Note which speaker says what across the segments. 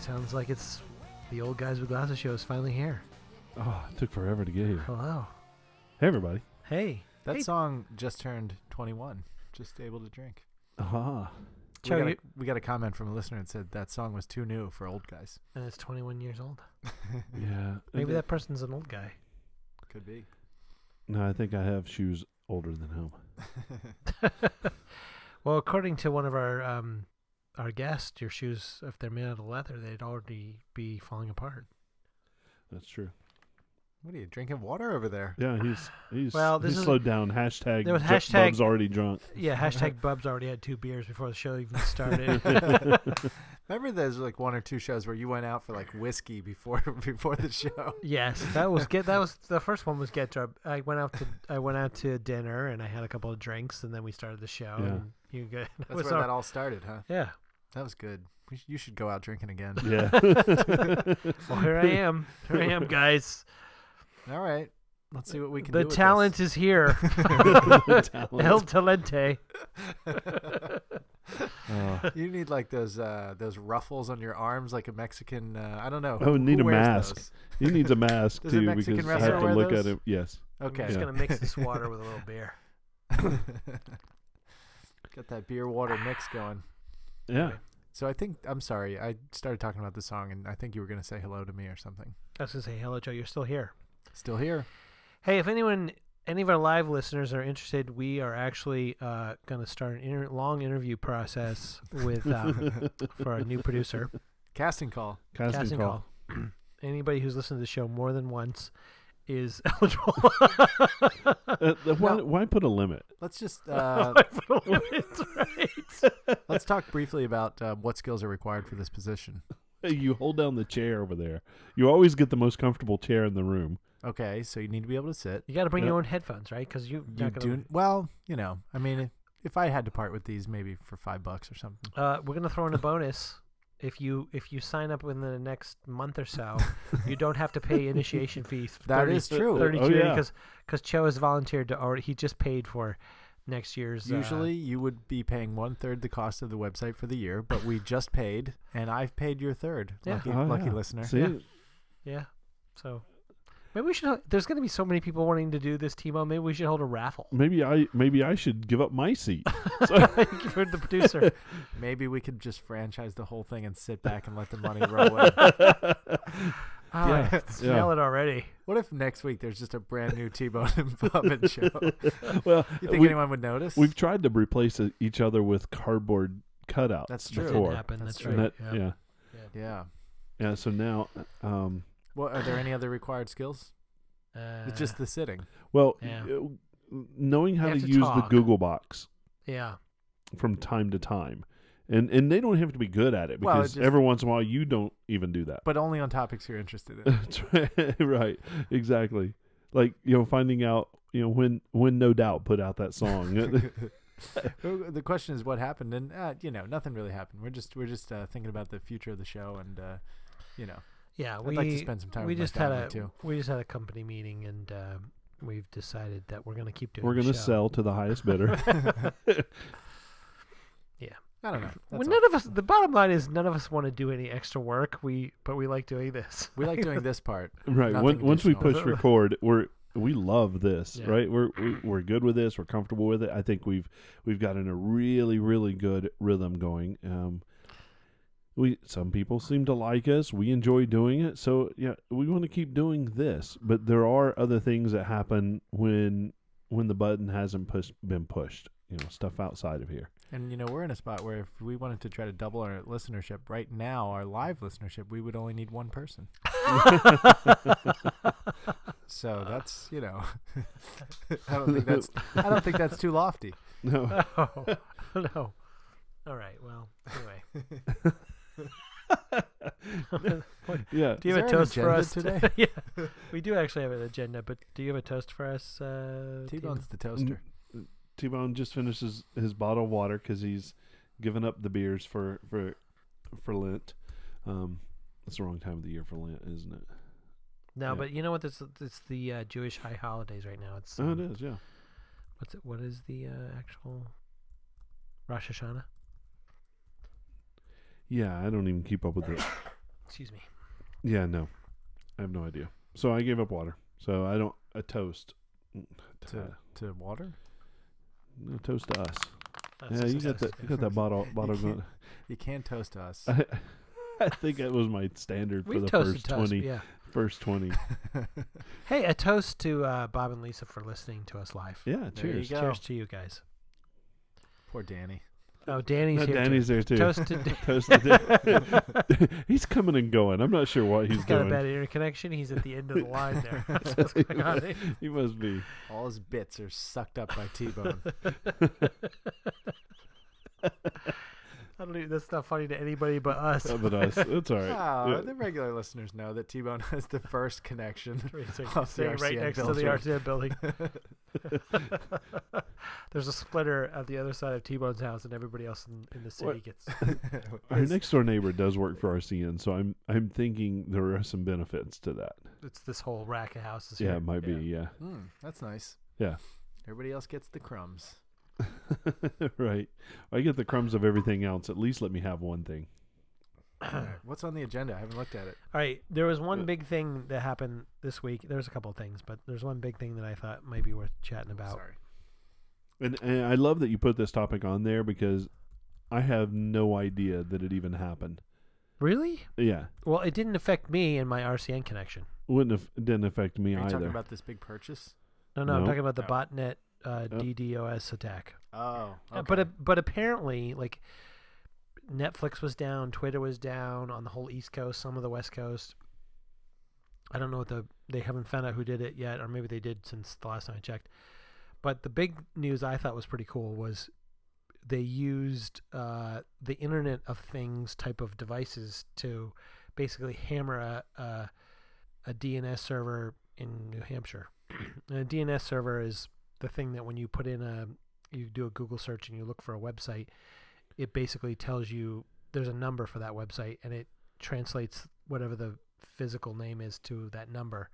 Speaker 1: Sounds like it's the old guys with glasses show is finally here.
Speaker 2: Oh, it took forever to get here.
Speaker 1: Hello.
Speaker 2: Hey, everybody.
Speaker 1: Hey.
Speaker 3: That
Speaker 1: hey,
Speaker 3: song just turned 21, just able to drink.
Speaker 2: Ah,
Speaker 3: We
Speaker 1: Joe,
Speaker 3: got, a,
Speaker 1: you-
Speaker 3: we got a comment from a listener that said that song was too new for old guys.
Speaker 1: and it's 21 years old.
Speaker 2: yeah.
Speaker 1: Maybe
Speaker 2: And-
Speaker 1: that person's an old guy.
Speaker 3: Could be.
Speaker 2: No, I think I have shoes older than him.
Speaker 1: Well, according to one of our um, our guests, your shoes, if they're made out of leather, they'd already be falling apart.
Speaker 2: That's true.
Speaker 3: What are you drinking water over there?
Speaker 2: Yeah, he's he's
Speaker 1: Well, this
Speaker 2: he's
Speaker 1: is-
Speaker 2: slowed down. Hashtag,
Speaker 1: There was
Speaker 2: Ju-
Speaker 1: hashtag-
Speaker 2: Bub's already drunk.
Speaker 1: Yeah, hashtag Bub's already had two beers before the show even started.
Speaker 3: Remember, there's like one or two shows where you went out for like whiskey before before the show.
Speaker 1: yes, that was get. That was the first one was get drunk. I went out to I went out to dinner and I had a couple of drinks and then we started the show.
Speaker 2: Yeah.
Speaker 1: And you good?
Speaker 3: That's where that all started, huh?
Speaker 1: yeah.
Speaker 3: That was good. We sh- You should go out drinking again.
Speaker 2: Yeah.
Speaker 1: Well, here I am. Here I am, guys.
Speaker 3: All right, let's see what we can
Speaker 1: the
Speaker 3: do. with this.
Speaker 1: talent is here. El talente.
Speaker 2: Uh,
Speaker 3: You need like those uh, those ruffles on your arms, like a Mexican. Uh, I don't know.
Speaker 2: I would need
Speaker 3: who
Speaker 2: a
Speaker 3: wears
Speaker 2: mask.
Speaker 3: those?
Speaker 2: he needs a mask
Speaker 3: Does a
Speaker 2: too
Speaker 3: Mexican
Speaker 2: because I
Speaker 3: wrestler
Speaker 2: have to
Speaker 3: wear
Speaker 2: look at
Speaker 3: those?
Speaker 2: him. Yes.
Speaker 1: I'm
Speaker 3: Okay.
Speaker 1: just
Speaker 2: Yeah.
Speaker 1: gonna mix this water with a little beer.
Speaker 3: Got that beer water mix going.
Speaker 2: Yeah.
Speaker 3: So I think I'm sorry. I started talking about the song, and I think you were going to say hello to me or something.
Speaker 1: I was gonna say, hello, Joe. You're still here.
Speaker 3: Still here?
Speaker 1: Hey, if anyone, any of our live listeners are interested, we are actually uh, gonna start an inter- long interview process with um, for our new producer,
Speaker 3: Casting call.
Speaker 2: Casting,
Speaker 1: Casting
Speaker 2: call.
Speaker 1: Call. Anybody who's listened to the show more than once is eligible.
Speaker 2: Uh, uh, why,
Speaker 3: No.
Speaker 2: why put a limit?
Speaker 3: Let's just uh,
Speaker 1: It's right.
Speaker 3: let's talk briefly about uh, what skills are required for this position.
Speaker 2: Hey, you hold down the chair over there. You always get the most comfortable chair in the room.
Speaker 3: Okay, so you need to be able to sit.
Speaker 1: You got to bring
Speaker 2: Yep.
Speaker 1: your own headphones, right? Because you
Speaker 3: You do well. You know, I mean, if I had to part with these, maybe for five bucks or something.
Speaker 1: Uh, we're gonna throw in a bonus if you if you sign up within the next month or so, you don't have to pay initiation fees.
Speaker 3: That is true.
Speaker 1: Thirty
Speaker 2: Oh, yeah.
Speaker 1: because because Cho has volunteered to already. He just paid for next year's. uh,
Speaker 3: Usually, you would be paying one third the cost of the website for the year, but we just paid, and I've paid your third.
Speaker 1: Yeah.
Speaker 3: Lucky,
Speaker 2: Oh,
Speaker 3: lucky
Speaker 2: yeah.
Speaker 3: listener.
Speaker 2: See,
Speaker 1: Yeah. yeah. So maybe we should. ho- There's gonna be so many people wanting to do this, Timo. Maybe we should hold a raffle.
Speaker 2: maybe I maybe I should give up my seat.
Speaker 1: Thank you for the producer.
Speaker 3: Maybe we could just franchise the whole thing and sit back and let the money roll in.
Speaker 1: Oh, I can smell it already.
Speaker 3: What if next week there's just a brand new T-Bone and Bob and show?
Speaker 2: Well,
Speaker 3: You think
Speaker 2: we,
Speaker 3: anyone would notice?
Speaker 2: we've tried to replace it- each other with cardboard cutouts.
Speaker 3: That's
Speaker 1: That
Speaker 3: true.
Speaker 1: didn't
Speaker 2: Before.
Speaker 1: happen. That's,
Speaker 3: That's
Speaker 2: And
Speaker 1: right.
Speaker 2: that-
Speaker 1: yeah.
Speaker 2: yeah.
Speaker 3: yeah.
Speaker 2: Yeah, so now, um,
Speaker 3: What are there any other required skills?
Speaker 1: Uh,
Speaker 3: It's just the sitting.
Speaker 2: well,
Speaker 1: Yeah.
Speaker 2: y- knowing how
Speaker 1: They
Speaker 2: to,
Speaker 1: have to
Speaker 2: use the
Speaker 1: talk.
Speaker 2: Google Box
Speaker 1: yeah.
Speaker 2: from time to time, and and they don't have to be good at it
Speaker 3: Well, it
Speaker 2: because
Speaker 3: just-
Speaker 2: every once in a while you don't even do that.
Speaker 3: But only on topics you're interested in.
Speaker 2: That's right, right, exactly. Like you know, finding out you know when when No Doubt put out that song.
Speaker 3: Well, the question is what happened, and uh, you know nothing really happened. We're just we're just uh, thinking about the future of the show, and uh, you know
Speaker 1: Yeah,
Speaker 3: I'd
Speaker 1: we
Speaker 3: like to spend some time
Speaker 1: We
Speaker 3: with my
Speaker 1: just had
Speaker 3: family,
Speaker 1: a
Speaker 3: too.
Speaker 1: we just had a company meeting, and um, we've decided that we're going to keep doing.
Speaker 2: We're
Speaker 1: the
Speaker 2: gonna
Speaker 1: show.
Speaker 2: sell to the highest bidder.
Speaker 3: I don't know.
Speaker 1: Well,
Speaker 3: That's all.
Speaker 1: none of us. The bottom line is none of us want to do any extra work. We but we like doing this.
Speaker 3: We like doing this part.
Speaker 2: right.
Speaker 3: Nothing
Speaker 2: Once once we
Speaker 3: additional.
Speaker 2: push record, we're we love this,
Speaker 1: Yeah.
Speaker 2: right? We're we, we're good with this. We're comfortable with it. I think we've we've gotten a really really good rhythm going. Um, we some people seem to like us. We enjoy doing it. So yeah, we want to keep doing this. But there are other things that happen when when the button hasn't pushed been pushed. You know, stuff outside of here.
Speaker 3: And you know we're in a spot where if we wanted to try to double our listenership right now, our live listenership, we would only need one person.
Speaker 1: Ah.
Speaker 3: so that's you know, I don't think that's I don't think that's too lofty.
Speaker 2: No,
Speaker 1: Oh no! All right. Well, anyway,
Speaker 2: yeah.
Speaker 1: do you
Speaker 3: Is
Speaker 1: have a
Speaker 3: there an
Speaker 1: toast for
Speaker 3: agenda
Speaker 1: us
Speaker 3: today?
Speaker 1: yeah, we do actually have an agenda, but do you have a toast for us? Uh,
Speaker 3: T
Speaker 1: Timo?
Speaker 3: Bone's
Speaker 2: Mm.
Speaker 3: the toaster.
Speaker 2: T Bone just finishes his bottle of water because he's given up the beers for for for Lent. Um, it's the wrong time of the year for Lent, isn't it?
Speaker 1: No,
Speaker 2: Yeah.
Speaker 1: but you know what? It's it's the uh, Jewish high holidays right now. It's
Speaker 2: Oh, it
Speaker 1: um,
Speaker 2: is. Yeah.
Speaker 1: what's it? What is the uh, actual Rosh Hashanah?
Speaker 2: Yeah, I don't even keep up with it.
Speaker 1: Excuse me.
Speaker 2: Yeah, no, I have no idea. So I gave up water. So I don't a toast. Uh,
Speaker 3: to to water.
Speaker 2: No toast to us.
Speaker 1: That's
Speaker 2: Yeah, you
Speaker 1: just
Speaker 2: got
Speaker 1: us.
Speaker 2: that. You got that bottle. Bottle.
Speaker 3: can't-
Speaker 2: going.
Speaker 3: You can toast us.
Speaker 2: I, I think that was my standard for
Speaker 1: We've
Speaker 2: the
Speaker 1: toasted
Speaker 2: first
Speaker 1: toast.
Speaker 2: twenty.
Speaker 1: Yeah.
Speaker 2: First twenty.
Speaker 1: Hey, a toast to uh, Bob and Lisa for listening to us live.
Speaker 2: Yeah.
Speaker 3: There you
Speaker 2: Cheers.
Speaker 3: go.
Speaker 1: Cheers to you guys.
Speaker 3: Poor Danny.
Speaker 1: Oh, Danny's
Speaker 2: No,
Speaker 1: here.
Speaker 2: Danny's there too.
Speaker 1: too. Toast to
Speaker 2: Toast to Dan- he's coming and going. I'm not sure what he's,
Speaker 1: He's got a
Speaker 2: doing.
Speaker 1: bad interconnection. He's at the end of the line there. That's what's going on. eh?
Speaker 2: He must be.
Speaker 3: All his bits are sucked up by T-Bone.
Speaker 1: I don't even, that's not funny to anybody but us.
Speaker 2: But us. It's all right. Uh,
Speaker 3: Ah,
Speaker 2: Yeah.
Speaker 3: the regular listeners know that T-Bone has the first connection.
Speaker 1: It's like
Speaker 3: Off the
Speaker 1: sitting right
Speaker 3: RCM
Speaker 1: next
Speaker 3: building.
Speaker 1: to the RCM building. There's a splitter at the other side of T Bone's house, and everybody else in, in the city
Speaker 2: What-
Speaker 1: gets.
Speaker 2: Our next door neighbor does work for RCN, so I'm I'm thinking there are some benefits to that.
Speaker 1: It's this whole rack of houses.
Speaker 2: Yeah,
Speaker 1: here.
Speaker 2: it might be. Yeah,
Speaker 3: Hmm, that's nice.
Speaker 2: Yeah.
Speaker 3: Everybody else gets the crumbs.
Speaker 2: right. I get the crumbs of everything else. At least let me have one thing.
Speaker 3: All right, What's on the agenda? I haven't looked at it.
Speaker 1: All right, there was one
Speaker 2: Yeah.
Speaker 1: big thing that happened this week. There's a couple of things, but there's one big thing that I thought might be worth chatting about.
Speaker 3: Sorry.
Speaker 2: And, and I love that you put this topic on there because I have no idea that it even happened.
Speaker 1: Really?
Speaker 2: Yeah,
Speaker 1: Well, it didn't affect me and my RCN connection.
Speaker 2: wouldn't have didn't affect me
Speaker 3: Are you
Speaker 2: either.
Speaker 3: talking about this big purchase?
Speaker 1: No, no, I'm
Speaker 2: No?
Speaker 1: talking about the
Speaker 3: Oh.
Speaker 1: botnet uh, DDoS attack.
Speaker 3: Oh,
Speaker 1: Uh,
Speaker 3: okay.
Speaker 1: But a- but apparently, like Netflix was down, Twitter was down on the whole East Coast, some of the West Coast. I don't know what the they haven't found out who did it yet, or maybe they did since the last time I checked. But the big news I thought was pretty cool was they used uh, the Internet of Things type of devices to basically hammer a, a, a DNS server in New Hampshire. and a DNS server is the thing that when you put in a you do a Google search and you look for a website, it basically tells you there's a number for that website and it translates whatever the physical name is to that number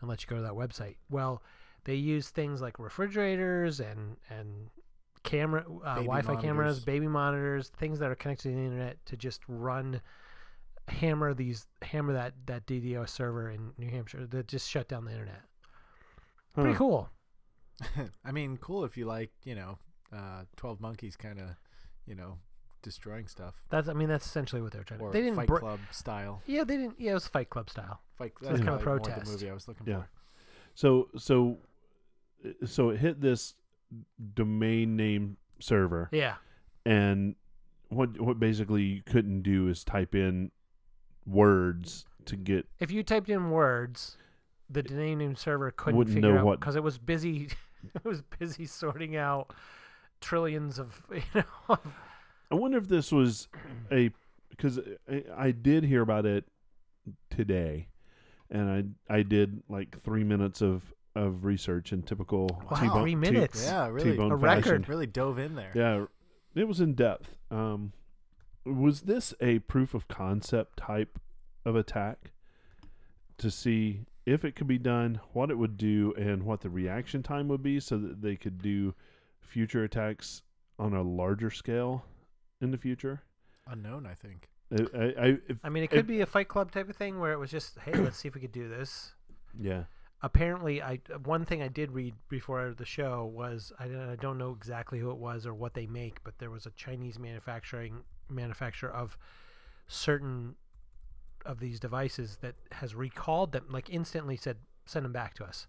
Speaker 1: and lets you go to that website. Well, they use things like refrigerators and and camera uh,
Speaker 3: Baby
Speaker 1: Wi-Fi cameras,
Speaker 3: monitors.
Speaker 1: baby monitors, things that are connected to the internet to just run hammer these hammer that that DDoS server in New Hampshire that just shut down the internet. Pretty
Speaker 3: Hmm.
Speaker 2: Huh.
Speaker 1: cool.
Speaker 3: I mean, cool if you like, you know, uh, Twelve Monkeys kind of, you know, destroying stuff
Speaker 1: That's I mean that's essentially what they were trying to.
Speaker 3: or
Speaker 1: They didn't
Speaker 3: Fight
Speaker 1: br-
Speaker 3: Club style.
Speaker 1: Yeah, they didn't. Yeah, it was Fight Club style.
Speaker 3: Fight
Speaker 1: So it's
Speaker 3: that's
Speaker 1: kind of
Speaker 3: probably more
Speaker 1: protest.
Speaker 3: The movie I was looking
Speaker 2: Yeah.
Speaker 3: for.
Speaker 2: So so uh, so it hit this domain name server,
Speaker 1: Yeah,
Speaker 2: and what what basically you couldn't do is type in words to get
Speaker 1: if you typed in words, the domain name server couldn't
Speaker 2: Wouldn't
Speaker 1: figure
Speaker 2: know
Speaker 1: out
Speaker 2: what-
Speaker 1: because it was busy. it was busy sorting out trillions of you know.
Speaker 2: I wonder if this was a because I, I did hear about it today, and I I did like three minutes of of research in typical
Speaker 1: Wow,
Speaker 2: T-bone-
Speaker 1: three
Speaker 2: T-
Speaker 1: minutes.
Speaker 3: Yeah, really,
Speaker 2: T-bone
Speaker 1: A record.
Speaker 2: fashion.
Speaker 3: really dove in there.
Speaker 2: Yeah, it was in depth. Um, was this a proof of concept type of attack to see if it could be done, what it would do, and what the reaction time would be, so that they could do future attacks on a larger scale in the future?
Speaker 3: Unknown, I think.
Speaker 2: I, I, I, if-
Speaker 1: I mean, it could be a Fight Club type of thing where it was just, hey, let's see if we could do this.
Speaker 2: Yeah.
Speaker 1: Apparently, I one thing I did read before the show was I don't, I don't know exactly who it was or what they make, but there was a Chinese manufacturing manufacturer of certain of these devices that has recalled them, like instantly said, send them back to us,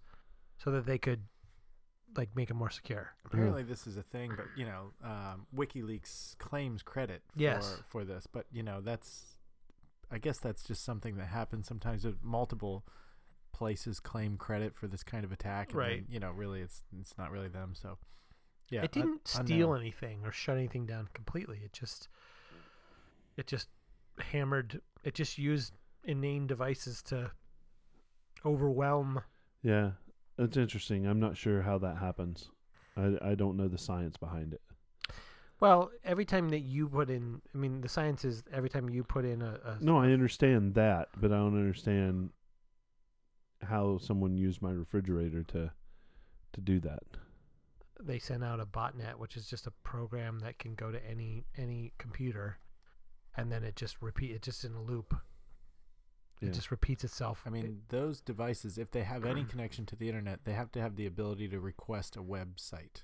Speaker 1: so that they could like make them more secure.
Speaker 3: Apparently, this is a thing, but you know, um, WikiLeaks claims credit for,
Speaker 1: Yes.
Speaker 3: for this, but you know, that's, I guess that's just something that happens sometimes. That multiple places claim credit for this kind of attack, and
Speaker 1: Right.
Speaker 3: Then, you know, really, it's it's not really them. So, yeah,
Speaker 1: it
Speaker 3: un-
Speaker 1: didn't steal
Speaker 3: unknown.
Speaker 1: anything or shut anything down completely. It just it just hammered it just used inane devices to overwhelm
Speaker 2: Yeah. That's interesting. I'm not sure how that happens. I, I don't know the science behind it.
Speaker 1: well, every time that you put in I mean the science is every time you put in a, a
Speaker 2: No, I understand that, but I don't understand how someone used my refrigerator to to do that.
Speaker 1: they sent out a botnet, which is just a program that can go to any any computer and then it just repeat it just in a loop
Speaker 2: Yeah.
Speaker 1: It just repeats itself.
Speaker 3: I mean, those devices, if they have any connection to the internet, they have to have the ability to request a website.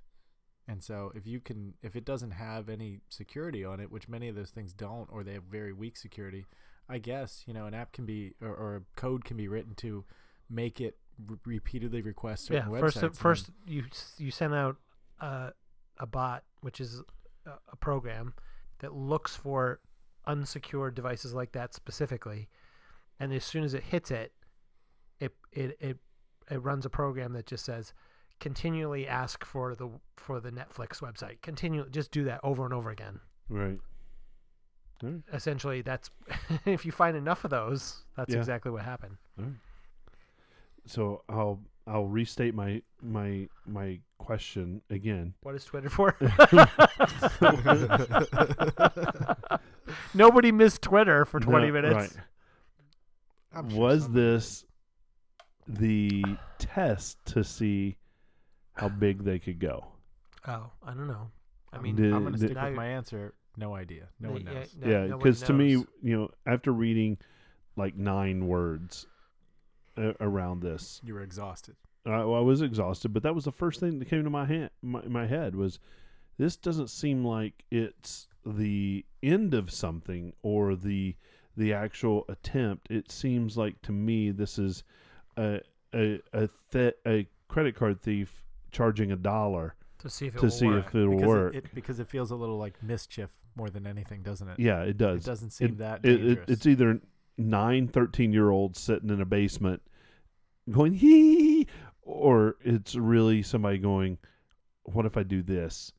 Speaker 3: And so, if you can, if it doesn't have any security on it, which many of those things don't, or they have very weak security, I guess you know an app can be or, or a code can be written to make it re- repeatedly request certain
Speaker 1: yeah.
Speaker 3: websites.
Speaker 1: First,
Speaker 3: and
Speaker 1: first you s- you send out uh, a bot, which is a, a program that looks for unsecured devices like that specifically, and as soon as it hits it, it it it, it runs a program that just says continually ask for the for the Netflix website. Continue, just do that over and over again.
Speaker 2: Right.
Speaker 1: Essentially, that's if you find enough of those, that's
Speaker 2: Yeah.
Speaker 1: exactly what happened.
Speaker 2: So I'll I'll restate my my my question again.
Speaker 1: What is Twitter for? Nobody missed Twitter for 20
Speaker 2: No,
Speaker 1: minutes.
Speaker 2: right.
Speaker 3: I'm sure
Speaker 2: Was
Speaker 3: some-
Speaker 2: this the test to see how big they could go?
Speaker 1: Oh, I don't know. I
Speaker 3: I'm-
Speaker 1: mean,
Speaker 2: Did-
Speaker 3: I'm going to
Speaker 2: did-
Speaker 3: stick
Speaker 1: Now
Speaker 3: with
Speaker 1: you-
Speaker 3: my answer. No idea. No
Speaker 1: the-
Speaker 3: one
Speaker 1: yeah,
Speaker 3: knows.
Speaker 1: no-
Speaker 2: yeah,
Speaker 1: no one
Speaker 2: because to me,
Speaker 1: knows.
Speaker 2: you know, after reading like nine words uh, around this,
Speaker 3: You were exhausted.
Speaker 2: I, I was exhausted. But that was the first thing that came to my hand, my, my head was, this doesn't seem like it's the end of something or the the actual attempt. It seems like to me this is a a a, th- a credit card thief charging a dollar
Speaker 1: to see if it
Speaker 2: to
Speaker 1: will
Speaker 2: see
Speaker 1: work.
Speaker 2: if it'll
Speaker 3: because
Speaker 2: work.
Speaker 3: It, it, because it feels a little like mischief more than anything, doesn't it?
Speaker 2: yeah, it
Speaker 3: It
Speaker 2: does.
Speaker 3: doesn't seem that
Speaker 2: it,
Speaker 3: dangerous.
Speaker 2: it- it's either nine 13 year olds sitting in a basement going hee or it's really somebody going what if i do this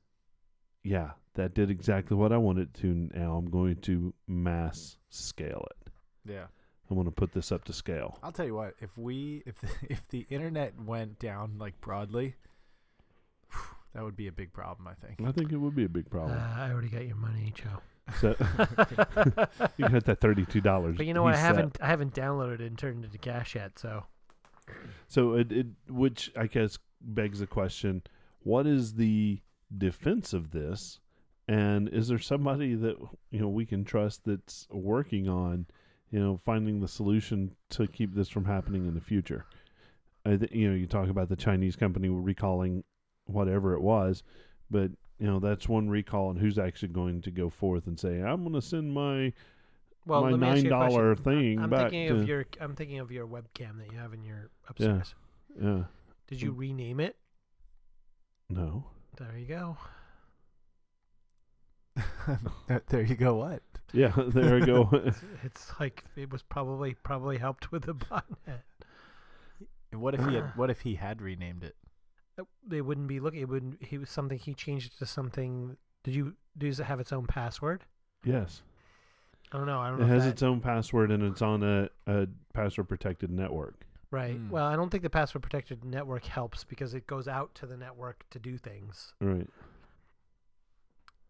Speaker 2: yeah that did exactly what i wanted to now i'm going to mass scale it
Speaker 3: yeah.
Speaker 2: i'm going to put this up to scale
Speaker 3: I'll tell you what. If we if the, if the internet went down like broadly, phew, that would be a big problem. I think.
Speaker 2: i think it would be a big
Speaker 1: Uh,
Speaker 2: problem
Speaker 1: I already got your money, Joe.
Speaker 2: so you got that $32
Speaker 1: But you know what? I
Speaker 2: He's set.
Speaker 1: haven't I haven't downloaded it and turned it into cash yet. So
Speaker 2: So it, it which I guess begs the question, what is the defense of this? And is there somebody that you know we can trust that's working on, you know, finding the solution to keep this from happening in the future? I th- you know, you talk about the Chinese company recalling whatever it was, but you know that's one recall, and who's actually going to go forth and say, "I'm going to send my
Speaker 1: well,
Speaker 2: My
Speaker 1: let me ask you a question.
Speaker 2: $9
Speaker 1: I-
Speaker 2: thing
Speaker 1: I'm
Speaker 2: back
Speaker 1: thinking
Speaker 2: to-
Speaker 1: of your I'm thinking of your webcam that you have in your upstairs.
Speaker 2: yeah,
Speaker 1: Did you
Speaker 2: Mm.
Speaker 1: rename it?
Speaker 2: no,
Speaker 1: There you go.
Speaker 3: there you go. What?
Speaker 2: yeah, there I go."
Speaker 1: It's like it was probably probably helped with the botnet.
Speaker 3: And what if he had what if he had renamed it?
Speaker 1: That- They wouldn't be looking. It wouldn't. He was something. He changed it to something. Did you? Does it have its own password?
Speaker 2: yes.
Speaker 1: I don't know. I don't know.
Speaker 2: It
Speaker 1: if
Speaker 2: has
Speaker 1: that-
Speaker 2: its own password and it's on a, a password protected network.
Speaker 1: Right.
Speaker 3: Mm.
Speaker 1: Well, I don't think the password protected network helps because it goes out to the network to do things.
Speaker 2: Right.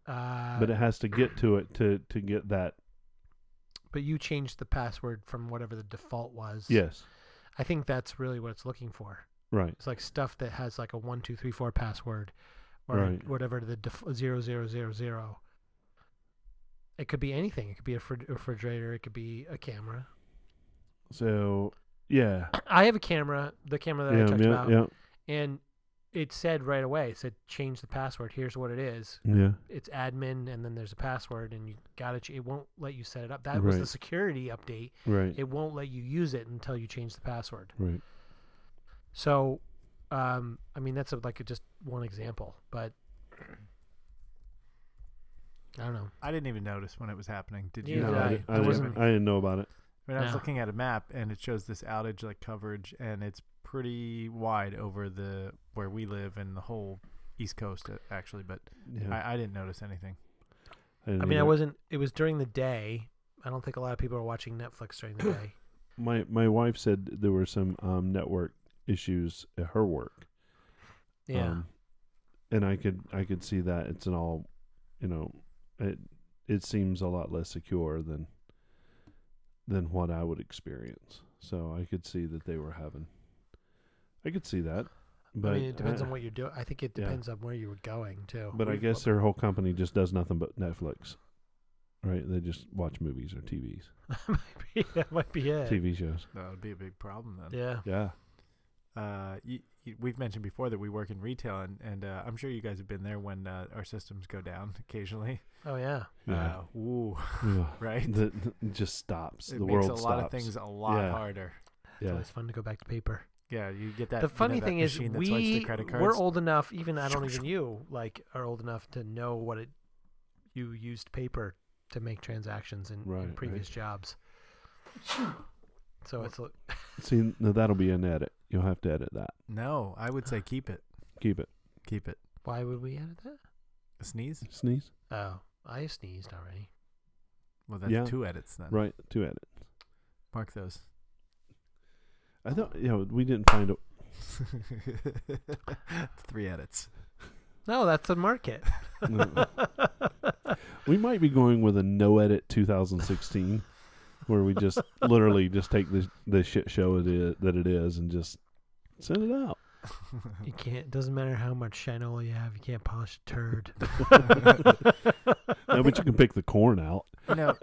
Speaker 1: Uh,
Speaker 2: but it has to get to it to, to get that.
Speaker 1: but you changed the password from whatever the default was.
Speaker 2: Yes.
Speaker 1: I think that's really what it's looking for.
Speaker 2: Right.
Speaker 1: It's like stuff that has like a one two three four password, or
Speaker 2: Right.
Speaker 1: whatever the def- zero zero zero zero. It could be anything. It could be a frid- refrigerator. It could be a camera.
Speaker 2: So, yeah.
Speaker 1: I have a camera, the camera that Uh, I
Speaker 2: yeah,
Speaker 1: talked
Speaker 2: yeah,
Speaker 1: about,
Speaker 2: yeah.
Speaker 1: and it said right away, it said change the password. Here's what it is.
Speaker 2: Yeah.
Speaker 1: It's admin, and then there's a password, and you got to. Ch- it won't let you set it up. That was the
Speaker 2: Right.
Speaker 1: security update.
Speaker 2: Right.
Speaker 1: It won't let you use it until you change the password.
Speaker 2: right.
Speaker 1: So, um, I mean, that's a, like a, just one example, but I don't know.
Speaker 3: I didn't even notice when it was happening. Did you?
Speaker 1: Neither
Speaker 2: No,
Speaker 1: did
Speaker 2: I,
Speaker 1: I.
Speaker 2: di- I
Speaker 1: There
Speaker 2: didn't,
Speaker 1: uh, wasn't-
Speaker 2: I didn't know about it.
Speaker 3: I mean, I was
Speaker 1: No.
Speaker 3: looking at a map and it shows this outage like coverage and it's pretty wide over the where we live and the whole East Coast uh, actually, but
Speaker 2: Yeah.
Speaker 3: I, I didn't notice anything.
Speaker 2: didn't
Speaker 1: I mean, I
Speaker 2: either.
Speaker 1: wasn't. It was during the day. I don't think a lot of people are watching Netflix during the day.
Speaker 2: My, my wife said there were some um, network issues at her work.
Speaker 1: Yeah.
Speaker 2: Um, and I could I could see that it's an all, you know, it it seems a lot less secure than than what I would experience. So I could see that they were having. I could see that, but
Speaker 1: I mean, it depends
Speaker 2: I-
Speaker 1: on what you're doing. I think it
Speaker 2: yeah.
Speaker 1: depends on where you were going too.
Speaker 2: But I guess their whole company just does nothing but Netflix, right? They just watch movies or TVs,
Speaker 1: Maybe that might be it.
Speaker 2: TV shows.
Speaker 3: That would be a big problem then.
Speaker 1: Yeah.
Speaker 2: Yeah,
Speaker 3: Uh, you, you, we've mentioned before that we work in retail, and, and uh, I'm sure you guys have been there when uh, our systems go down occasionally.
Speaker 1: Oh yeah.
Speaker 2: yeah.
Speaker 3: Uh, ooh,
Speaker 2: Ugh.
Speaker 3: right?
Speaker 2: The- the- it just stops.
Speaker 3: it
Speaker 2: the
Speaker 3: makes
Speaker 2: world
Speaker 3: a lot
Speaker 2: stops.
Speaker 3: of things a lot
Speaker 2: Yeah.
Speaker 3: harder.
Speaker 1: It's
Speaker 2: Yeah,
Speaker 1: always fun to go back to paper.
Speaker 3: Yeah, you get
Speaker 2: uh,
Speaker 3: that.
Speaker 1: the funny
Speaker 3: you know, that
Speaker 1: thing is,
Speaker 3: machine that swipes
Speaker 1: we
Speaker 3: the credit cards.
Speaker 1: we're old enough. Even I don't even you like are old enough to know what it. You used paper to make transactions in, in
Speaker 2: Right, right.
Speaker 1: previous jobs. So it's l-
Speaker 2: see, no, that'll be an edit. You'll have to edit that.
Speaker 3: No, I would say keep it.
Speaker 2: Keep it.
Speaker 3: Keep it.
Speaker 1: why would we edit that?
Speaker 3: sneeze?
Speaker 2: Sneeze.
Speaker 1: Oh, I sneezed already.
Speaker 3: Well, that's
Speaker 2: Yeah.
Speaker 3: two edits then.
Speaker 2: Right. Two edit.
Speaker 3: Mark those.
Speaker 2: I thought. You know, we didn't find a.
Speaker 3: It's three edits.
Speaker 1: No, that's a market.
Speaker 2: no. we might be going with a no edit 2016, where we just literally just take the the shit show it is, that it is and just send it out.
Speaker 1: You can't. Doesn't matter how much shinola you have. You can't polish a turd. Oh,
Speaker 2: No, but you can pick the corn out.
Speaker 3: you know,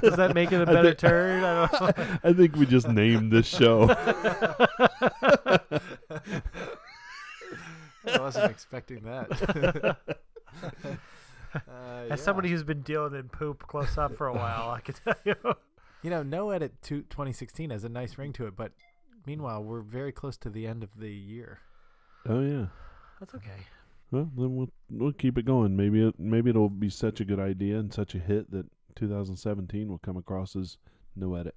Speaker 1: Does that make it a
Speaker 2: I
Speaker 1: better
Speaker 2: thi-
Speaker 1: turd? I don't know.
Speaker 2: I think we just named this show.
Speaker 3: I wasn't expecting that. Uh,
Speaker 1: As
Speaker 3: yeah.
Speaker 1: somebody who's been dealing in poop close up for a while, I can tell you.
Speaker 3: you know, no edit to 2016 has a nice ring to it, but meanwhile, we're very close to the end of the year.
Speaker 2: Oh yeah.
Speaker 1: That's okay.
Speaker 2: Well, then we'll we'll keep it going. Maybe it maybe it'll be such a good idea and such a hit that 2017 will come across as no edit.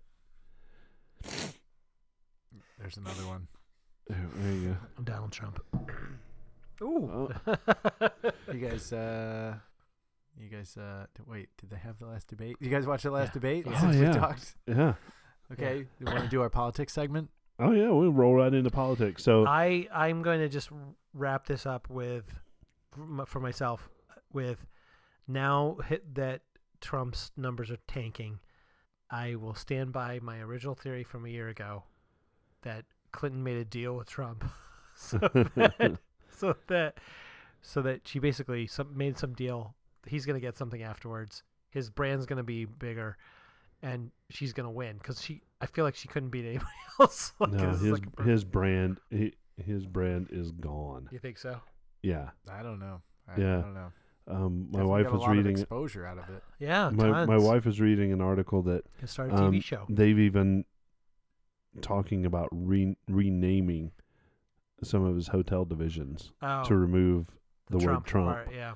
Speaker 3: There's another one.
Speaker 2: There there you go.
Speaker 1: I'm Donald Trump. Ooh.
Speaker 3: You guys, uh, you guys, uh, d- wait, did they have the last debate? You guys watch the last
Speaker 1: Yeah.
Speaker 3: debate
Speaker 1: Yeah.
Speaker 3: since
Speaker 2: Oh, yeah.
Speaker 3: we talked?
Speaker 2: Yeah.
Speaker 3: Okay, you want to do our politics segment?
Speaker 2: Oh yeah. We'll roll right into politics. So
Speaker 1: I I'm going to just wrap this up with for my- for myself with now hit that Trump's numbers are tanking. I will stand by my original theory from a year ago that Clinton made a deal with Trump so that so that so that she basically some, made some deal. He's going to get something afterwards. His brand's going to be bigger and she's going to win cuz she I feel like she couldn't beat anybody else. Like,
Speaker 2: no,
Speaker 1: this is
Speaker 2: his
Speaker 1: like a brand-
Speaker 2: his brand he, his brand is gone.
Speaker 1: You think so?
Speaker 2: Yeah.
Speaker 3: I don't know. I,
Speaker 2: Yeah.
Speaker 3: I don't know.
Speaker 2: Um, my
Speaker 3: Definitely
Speaker 2: wife
Speaker 3: got a
Speaker 2: was
Speaker 3: lot of
Speaker 2: reading.
Speaker 3: exposure out of it.
Speaker 1: Yeah,
Speaker 2: My,
Speaker 1: tons.
Speaker 2: my wife was reading an article that
Speaker 1: can start a
Speaker 2: um,
Speaker 1: TV show.
Speaker 2: they've even talking about re- renaming some of his hotel divisions
Speaker 1: Oh,
Speaker 2: to remove the, word Trump
Speaker 1: part, yeah,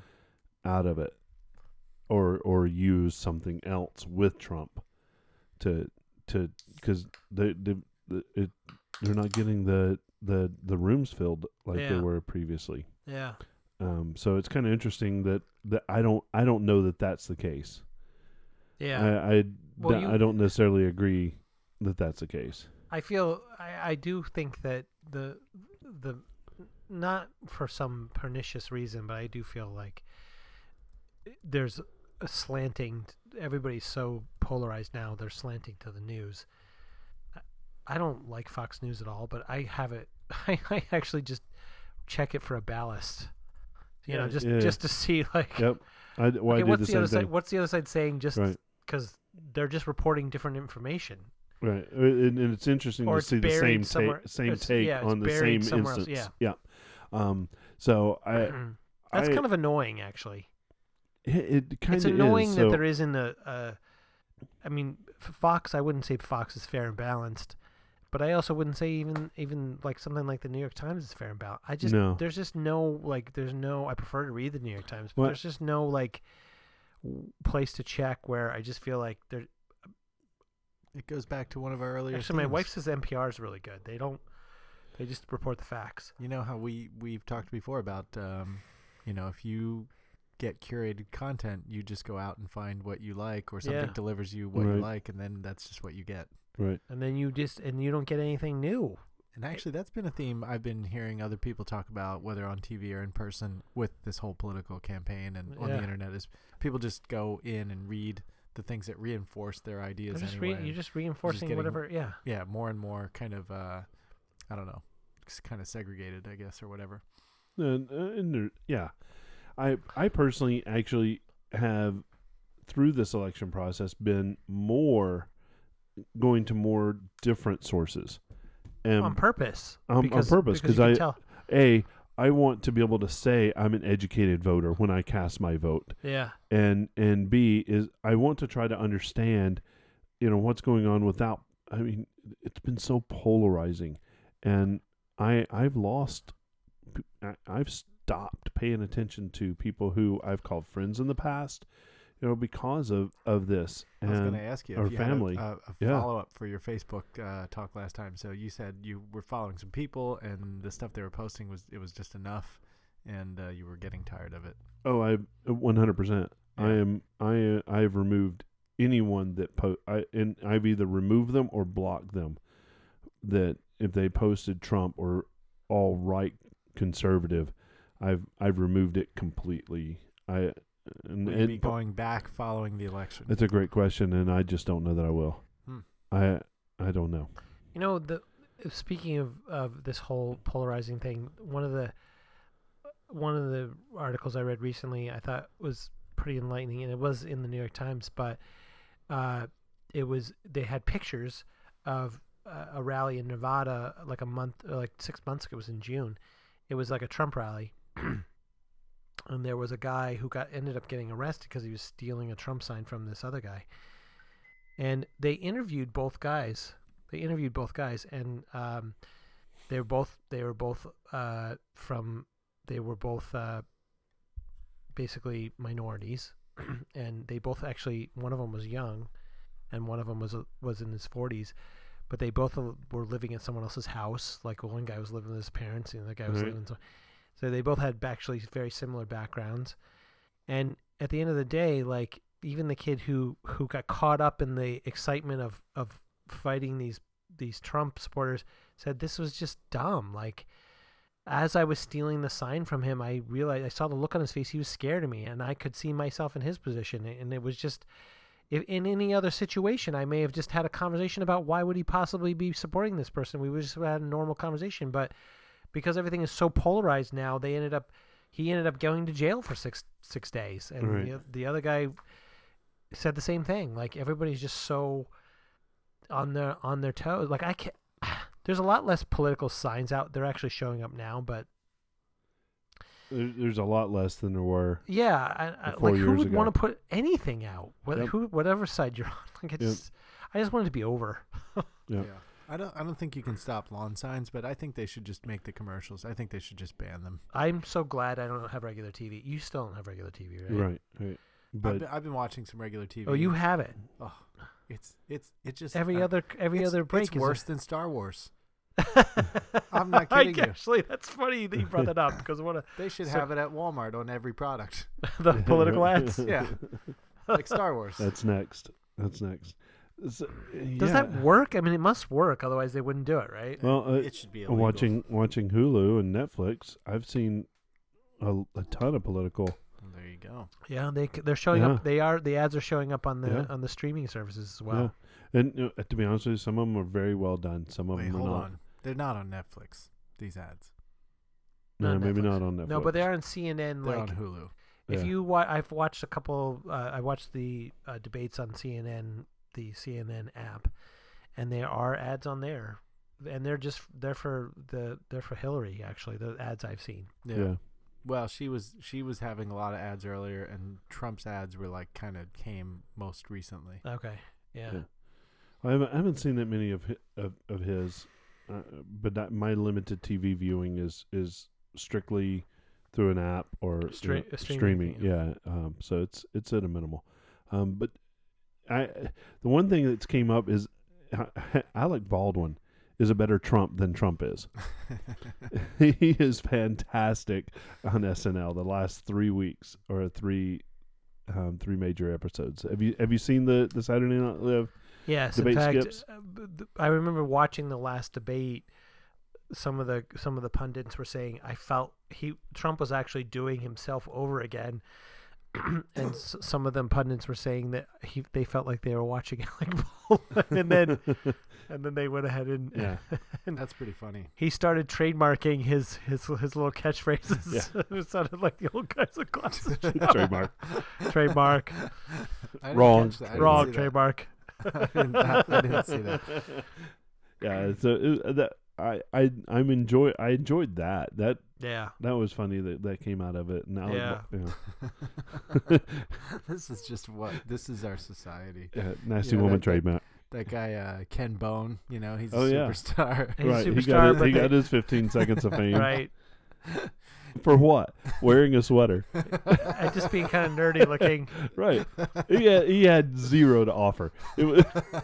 Speaker 2: out of it, or or use something else with Trump to to because they, they the- it, they're not getting the the the rooms filled like they
Speaker 1: Yeah.
Speaker 2: were previously.
Speaker 1: yeah.
Speaker 2: Um, so it's kind of interesting that, that I don't I don't know that that's the case.
Speaker 1: Yeah,
Speaker 2: I I,
Speaker 1: Well,
Speaker 2: d-
Speaker 1: you-
Speaker 2: I don't necessarily agree that that's the case.
Speaker 1: I feel I, I do think that the the not for some pernicious reason, but I do feel like there's a slanting. Everybody's so polarized now; they're slanting to the news. I- I don't like Fox News at all, but I have it. I, I actually just check it for a ballast, you know,
Speaker 2: Yeah,
Speaker 1: just
Speaker 2: yeah.
Speaker 1: just to see like
Speaker 2: Yep. I, d- well, I
Speaker 1: okay,
Speaker 2: did
Speaker 1: what's
Speaker 2: the
Speaker 1: the,
Speaker 2: same
Speaker 1: other
Speaker 2: thing.
Speaker 1: side? What's the other side saying? Just
Speaker 2: Right.
Speaker 1: because they're just reporting different information,
Speaker 2: Right, Uh, and, and it's interesting
Speaker 1: Or
Speaker 2: to
Speaker 1: it's
Speaker 2: see the
Speaker 1: buried
Speaker 2: same
Speaker 1: somewhere-
Speaker 2: ta- same
Speaker 1: it's-
Speaker 2: take
Speaker 1: yeah, it's
Speaker 2: on the same
Speaker 1: buried somewhere
Speaker 2: instance.
Speaker 1: else,
Speaker 2: yeah. Um. So I,
Speaker 1: Mm-hmm. that's
Speaker 2: I-
Speaker 1: kind of annoying. Actually,
Speaker 2: it, it kind
Speaker 1: it's
Speaker 2: of
Speaker 1: annoying
Speaker 2: is.
Speaker 1: that
Speaker 2: so,
Speaker 1: there isn't a, a. I mean, f- Fox. I wouldn't say Fox is fair and balanced, but I also wouldn't say even even like something like the New York Times is fair and balanced. I just
Speaker 2: No.
Speaker 1: there's just no like there's no. I prefer to read the New York Times, but
Speaker 2: Well-
Speaker 1: there's just no like w- place to check where I just feel like there.
Speaker 3: It goes back to one of our earlier.
Speaker 1: Actually, my
Speaker 3: themes.
Speaker 1: wife says NPR is really good. They don't. They just report the facts.
Speaker 3: You know how we we've talked before about, um, you know, if you get curated content, you just go out and find what you like, or something
Speaker 1: Yeah.
Speaker 3: delivers you what
Speaker 2: Right.
Speaker 3: you like, and then that's just what you get.
Speaker 2: right.
Speaker 1: and then you just and you don't get anything new.
Speaker 3: And actually, that's been a theme I've been hearing other people talk about, whether on TV or in person, with this whole political campaign and on
Speaker 1: Yeah.
Speaker 3: the internet. Is people just go in and read the things that reinforce their
Speaker 1: You're
Speaker 3: ideas
Speaker 1: just,
Speaker 3: anyway?
Speaker 1: re-
Speaker 3: and-
Speaker 1: you're just reinforcing
Speaker 3: getting-
Speaker 1: whatever. Yeah,
Speaker 3: yeah, more and more kind of, uh, I don't know, kind of segregated, I guess, or whatever.
Speaker 2: And, uh, and there- yeah, I I personally actually have through the selection process been more going to more different sources. And
Speaker 1: on purpose.
Speaker 2: um, on purpose, 'cause
Speaker 1: you can
Speaker 2: I-
Speaker 1: tell.
Speaker 2: A, I want to be able to say I'm an educated voter when I cast my vote.
Speaker 1: yeah,
Speaker 2: And and B is I want to try to understand, you know, what's going on without I mean, it's been so polarizing and I I've lost I, I've stopped paying attention to people who I've called friends in the past, you know, because of of this.
Speaker 3: I was
Speaker 2: And-
Speaker 3: going to ask you
Speaker 2: our
Speaker 3: if you
Speaker 2: family.
Speaker 3: had a- a, a
Speaker 2: Yeah.
Speaker 3: follow up for your Facebook uh, talk last time. So you said you were following some people, and the stuff they were posting was it was just enough, and uh, you were getting tired of it.
Speaker 2: Oh, I 100%. I am I I have removed anyone that po- I and I've either removed them or blocked them that if they posted Trump or all right conservative, I've I've removed it completely. I and
Speaker 3: Would you
Speaker 2: it-
Speaker 3: be going back following the election?
Speaker 2: That's a great question and I just don't know that I will.
Speaker 3: Hmm.
Speaker 2: I I don't know.
Speaker 1: you know the speaking of of this whole polarizing thing, one of the one of the articles I read recently I thought was pretty enlightening, and it was in the New York Times, but uh, it was they had pictures of uh, a rally in Nevada like a month, or like six months ago. It was in June. It was like a Trump rally, and there was a guy who got ended up getting arrested because he was stealing a Trump sign from this other guy. And they interviewed both guys. They interviewed both guys, and um, they were both they were both uh, from they were both uh, basically minorities, and they both actually one of them was young, and one of them was uh, was in his forties, but they both l- were living in someone else's house. Like one guy was living with his parents, and the other guy was
Speaker 2: Right.
Speaker 1: living. In some, so they both had actually very similar backgrounds, and at the end of the day, like even the kid who who got caught up in the excitement of of fighting these these Trump supporters said this was just dumb. Like as I was stealing the sign from him, I realized I saw the look on his face. He was scared of me, and I could see myself in his position. And it was just, if in any other situation, I may have just had a conversation about why would he possibly be supporting this person. We would just have had a normal conversation, but because everything is so polarized now, they ended up, he ended up going to jail for six six days, and
Speaker 2: Right.
Speaker 1: the, the other guy said the same thing. Like everybody's just so on their on their toes. Like I can't. There's a lot less political signs out. They're actually showing up now, but
Speaker 2: There, there's a lot less than there were.
Speaker 1: Yeah, I, I,
Speaker 2: Four
Speaker 1: like who
Speaker 2: years
Speaker 1: would
Speaker 2: ago.
Speaker 1: want to put anything out? What,
Speaker 2: Yep.
Speaker 1: Who, whatever side you're on, like it's,
Speaker 2: Yep.
Speaker 1: just I just want it to be over.
Speaker 2: Yeah.
Speaker 3: I don't. I don't think you can stop lawn signs, but I think they should just make the commercials. I think they should just ban them.
Speaker 1: I'm so glad I don't have regular TV. You still don't have regular TV, right?
Speaker 2: Right. Right.
Speaker 3: I've
Speaker 2: But
Speaker 3: been, I've been watching some regular TV.
Speaker 1: Oh, you have it.
Speaker 3: It's it's it just
Speaker 1: Every
Speaker 3: I-
Speaker 1: other every
Speaker 3: it's-
Speaker 1: other break
Speaker 3: It's
Speaker 1: is a-
Speaker 3: worse than Star Wars.
Speaker 1: I'm
Speaker 3: I'm not kidding you.
Speaker 1: Actually, that's funny that you brought that up because one of
Speaker 3: They should
Speaker 1: So-
Speaker 3: have it at Walmart on every product,
Speaker 1: the political ads.
Speaker 3: Yeah. like Star Wars.
Speaker 2: That's next. That's next. So,
Speaker 1: Does
Speaker 2: yeah.
Speaker 1: that work? I mean, it must work, otherwise they wouldn't do it, right?
Speaker 2: Well, uh,
Speaker 3: it should be illegal.
Speaker 2: watching watching Hulu and Netflix, I've seen a, a ton of political.
Speaker 3: There you go.
Speaker 1: Yeah, they c- they're showing
Speaker 2: Yeah.
Speaker 1: up. They are the ads are showing up on the
Speaker 2: Yeah.
Speaker 1: on the streaming services as well.
Speaker 2: yeah. and you know, to be honest with you, some of them are very well done. Some of
Speaker 3: Wait,
Speaker 2: them are
Speaker 3: hold
Speaker 2: not.
Speaker 3: on. They're not on Netflix. These ads.
Speaker 2: No,
Speaker 1: Not
Speaker 2: maybe
Speaker 1: Netflix.
Speaker 2: not on Netflix.
Speaker 1: No, but they are on CNN.
Speaker 3: They're
Speaker 1: like
Speaker 3: on Hulu.
Speaker 1: If
Speaker 2: Yeah.
Speaker 1: you wa- I've watched a couple. Uh, I watched the uh, debates on CNN, the CNN app, and there are ads on there, and they're just they're for the they're for Hillary actually. The ads I've seen.
Speaker 2: yeah.
Speaker 3: Well, she was she was having a lot of ads earlier, and Trump's ads were like kind of came most recently.
Speaker 1: Okay. Yeah.
Speaker 2: Yeah. I haven't, I haven't seen that many of hi- of, of his, uh, but that, my limited TV viewing is is strictly through an app or you
Speaker 1: Stre-
Speaker 2: know,
Speaker 1: streaming,
Speaker 2: streaming. Yeah, um, so it's it's at a minimal. Um, but I the one thing that's came up is Alec Baldwin is a better Trump than Trump is. he is fantastic on SNL the last three weeks or three um, three major episodes. Have you have you seen the the Saturday Night Live?
Speaker 1: Yes.
Speaker 2: Debate
Speaker 1: in fact,
Speaker 2: skips?
Speaker 1: uh, b- th- I remember watching the last debate. Some of the some of the pundits were saying I felt he Trump was actually doing himself over again and s- some of them pundits were saying that he, they felt like they were watching Alec Baldwin, and then and then they went ahead and
Speaker 2: yeah.
Speaker 3: That's pretty funny.
Speaker 1: he started trademarking his his his little catchphrases. it sounded like the old guys at glasses.
Speaker 2: Trademark.
Speaker 1: trademark,
Speaker 3: I didn't
Speaker 2: Wrong.
Speaker 3: catch that. I didn't
Speaker 1: wrong
Speaker 3: see that.
Speaker 1: trademark.
Speaker 3: I didn't, I didn't see that.
Speaker 2: Yeah, so it, that I I I'm enjoy I enjoyed that. That
Speaker 1: Yeah,
Speaker 2: that was funny that that came out of it. And Alec,
Speaker 1: Yeah.
Speaker 2: Ba- yeah.
Speaker 3: this is just what this is our society.
Speaker 2: Yeah, nasty
Speaker 3: Yeah,
Speaker 2: woman
Speaker 3: that- that-
Speaker 2: trademark.
Speaker 3: That guy uh, Ken Bone, you know, he's a
Speaker 2: Oh, yeah.
Speaker 3: superstar.
Speaker 1: He's a
Speaker 2: right, he
Speaker 1: superstar,
Speaker 2: got his,
Speaker 1: but
Speaker 2: he
Speaker 1: they-
Speaker 2: got his 15 seconds of fame
Speaker 1: right.
Speaker 2: for what? Wearing a sweater.
Speaker 1: And just being kind of nerdy looking.
Speaker 2: Right. He had, he had zero to offer. It, was,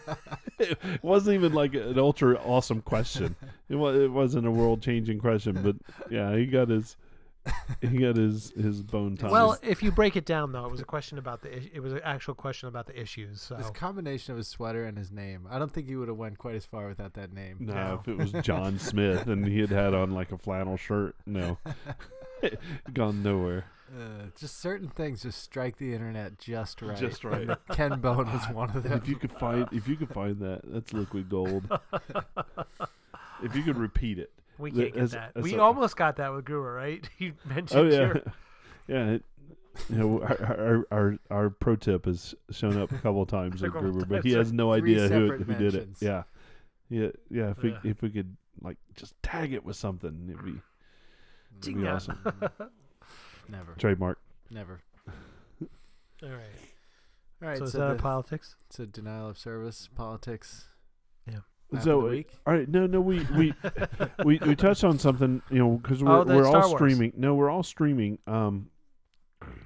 Speaker 2: it wasn't even like an ultra awesome question. It was it wasn't a world changing question, but yeah, he got his he got his his bone time.
Speaker 1: Well, if you break it down though, it was a question about the is- it was an actual question about the issues. So
Speaker 3: This combination of his sweater and his name. I don't think he would have went quite as far without that name.
Speaker 2: No,
Speaker 1: No.
Speaker 2: if it was John Smith and he had had on like a flannel shirt, no, gone nowhere.
Speaker 3: Uh, just certain things just strike the internet just right.
Speaker 2: Just right.
Speaker 3: And Ken Bone was one of them.
Speaker 2: If you could find, if you could find that, that's liquid gold. if you could repeat it,
Speaker 1: we
Speaker 2: the-
Speaker 1: can't get
Speaker 2: as-
Speaker 1: that.
Speaker 2: as
Speaker 1: we
Speaker 2: a-
Speaker 1: almost got that with Gruber, right? You mentioned
Speaker 2: oh yeah,
Speaker 1: your-
Speaker 2: yeah. It, you know, our, our our our pro tip has shown up a couple of times
Speaker 1: A
Speaker 2: with
Speaker 1: couple
Speaker 2: Gruber, but he
Speaker 1: times,
Speaker 2: has no
Speaker 3: three
Speaker 2: idea who
Speaker 3: separate
Speaker 2: who did it.
Speaker 3: mentions.
Speaker 2: Yeah, yeah, yeah. If we
Speaker 1: Yeah.
Speaker 2: if we could like just tag it with something, it'd be it'd be
Speaker 1: Yeah.
Speaker 2: awesome.
Speaker 3: Never.
Speaker 2: Trademark.
Speaker 3: Never.
Speaker 1: All right.
Speaker 3: All right.
Speaker 1: so
Speaker 3: So,
Speaker 1: is that a
Speaker 3: the-
Speaker 1: politics?
Speaker 3: so denial of service, politics.
Speaker 1: Yeah.
Speaker 3: Map of
Speaker 2: So,
Speaker 3: the
Speaker 2: uh,
Speaker 3: week?
Speaker 2: All right, no, no, we we we, we touched on something, you know, because we're,
Speaker 1: Oh, the
Speaker 2: we're
Speaker 1: Star
Speaker 2: all
Speaker 1: Wars.
Speaker 2: streaming. No, we're all streaming um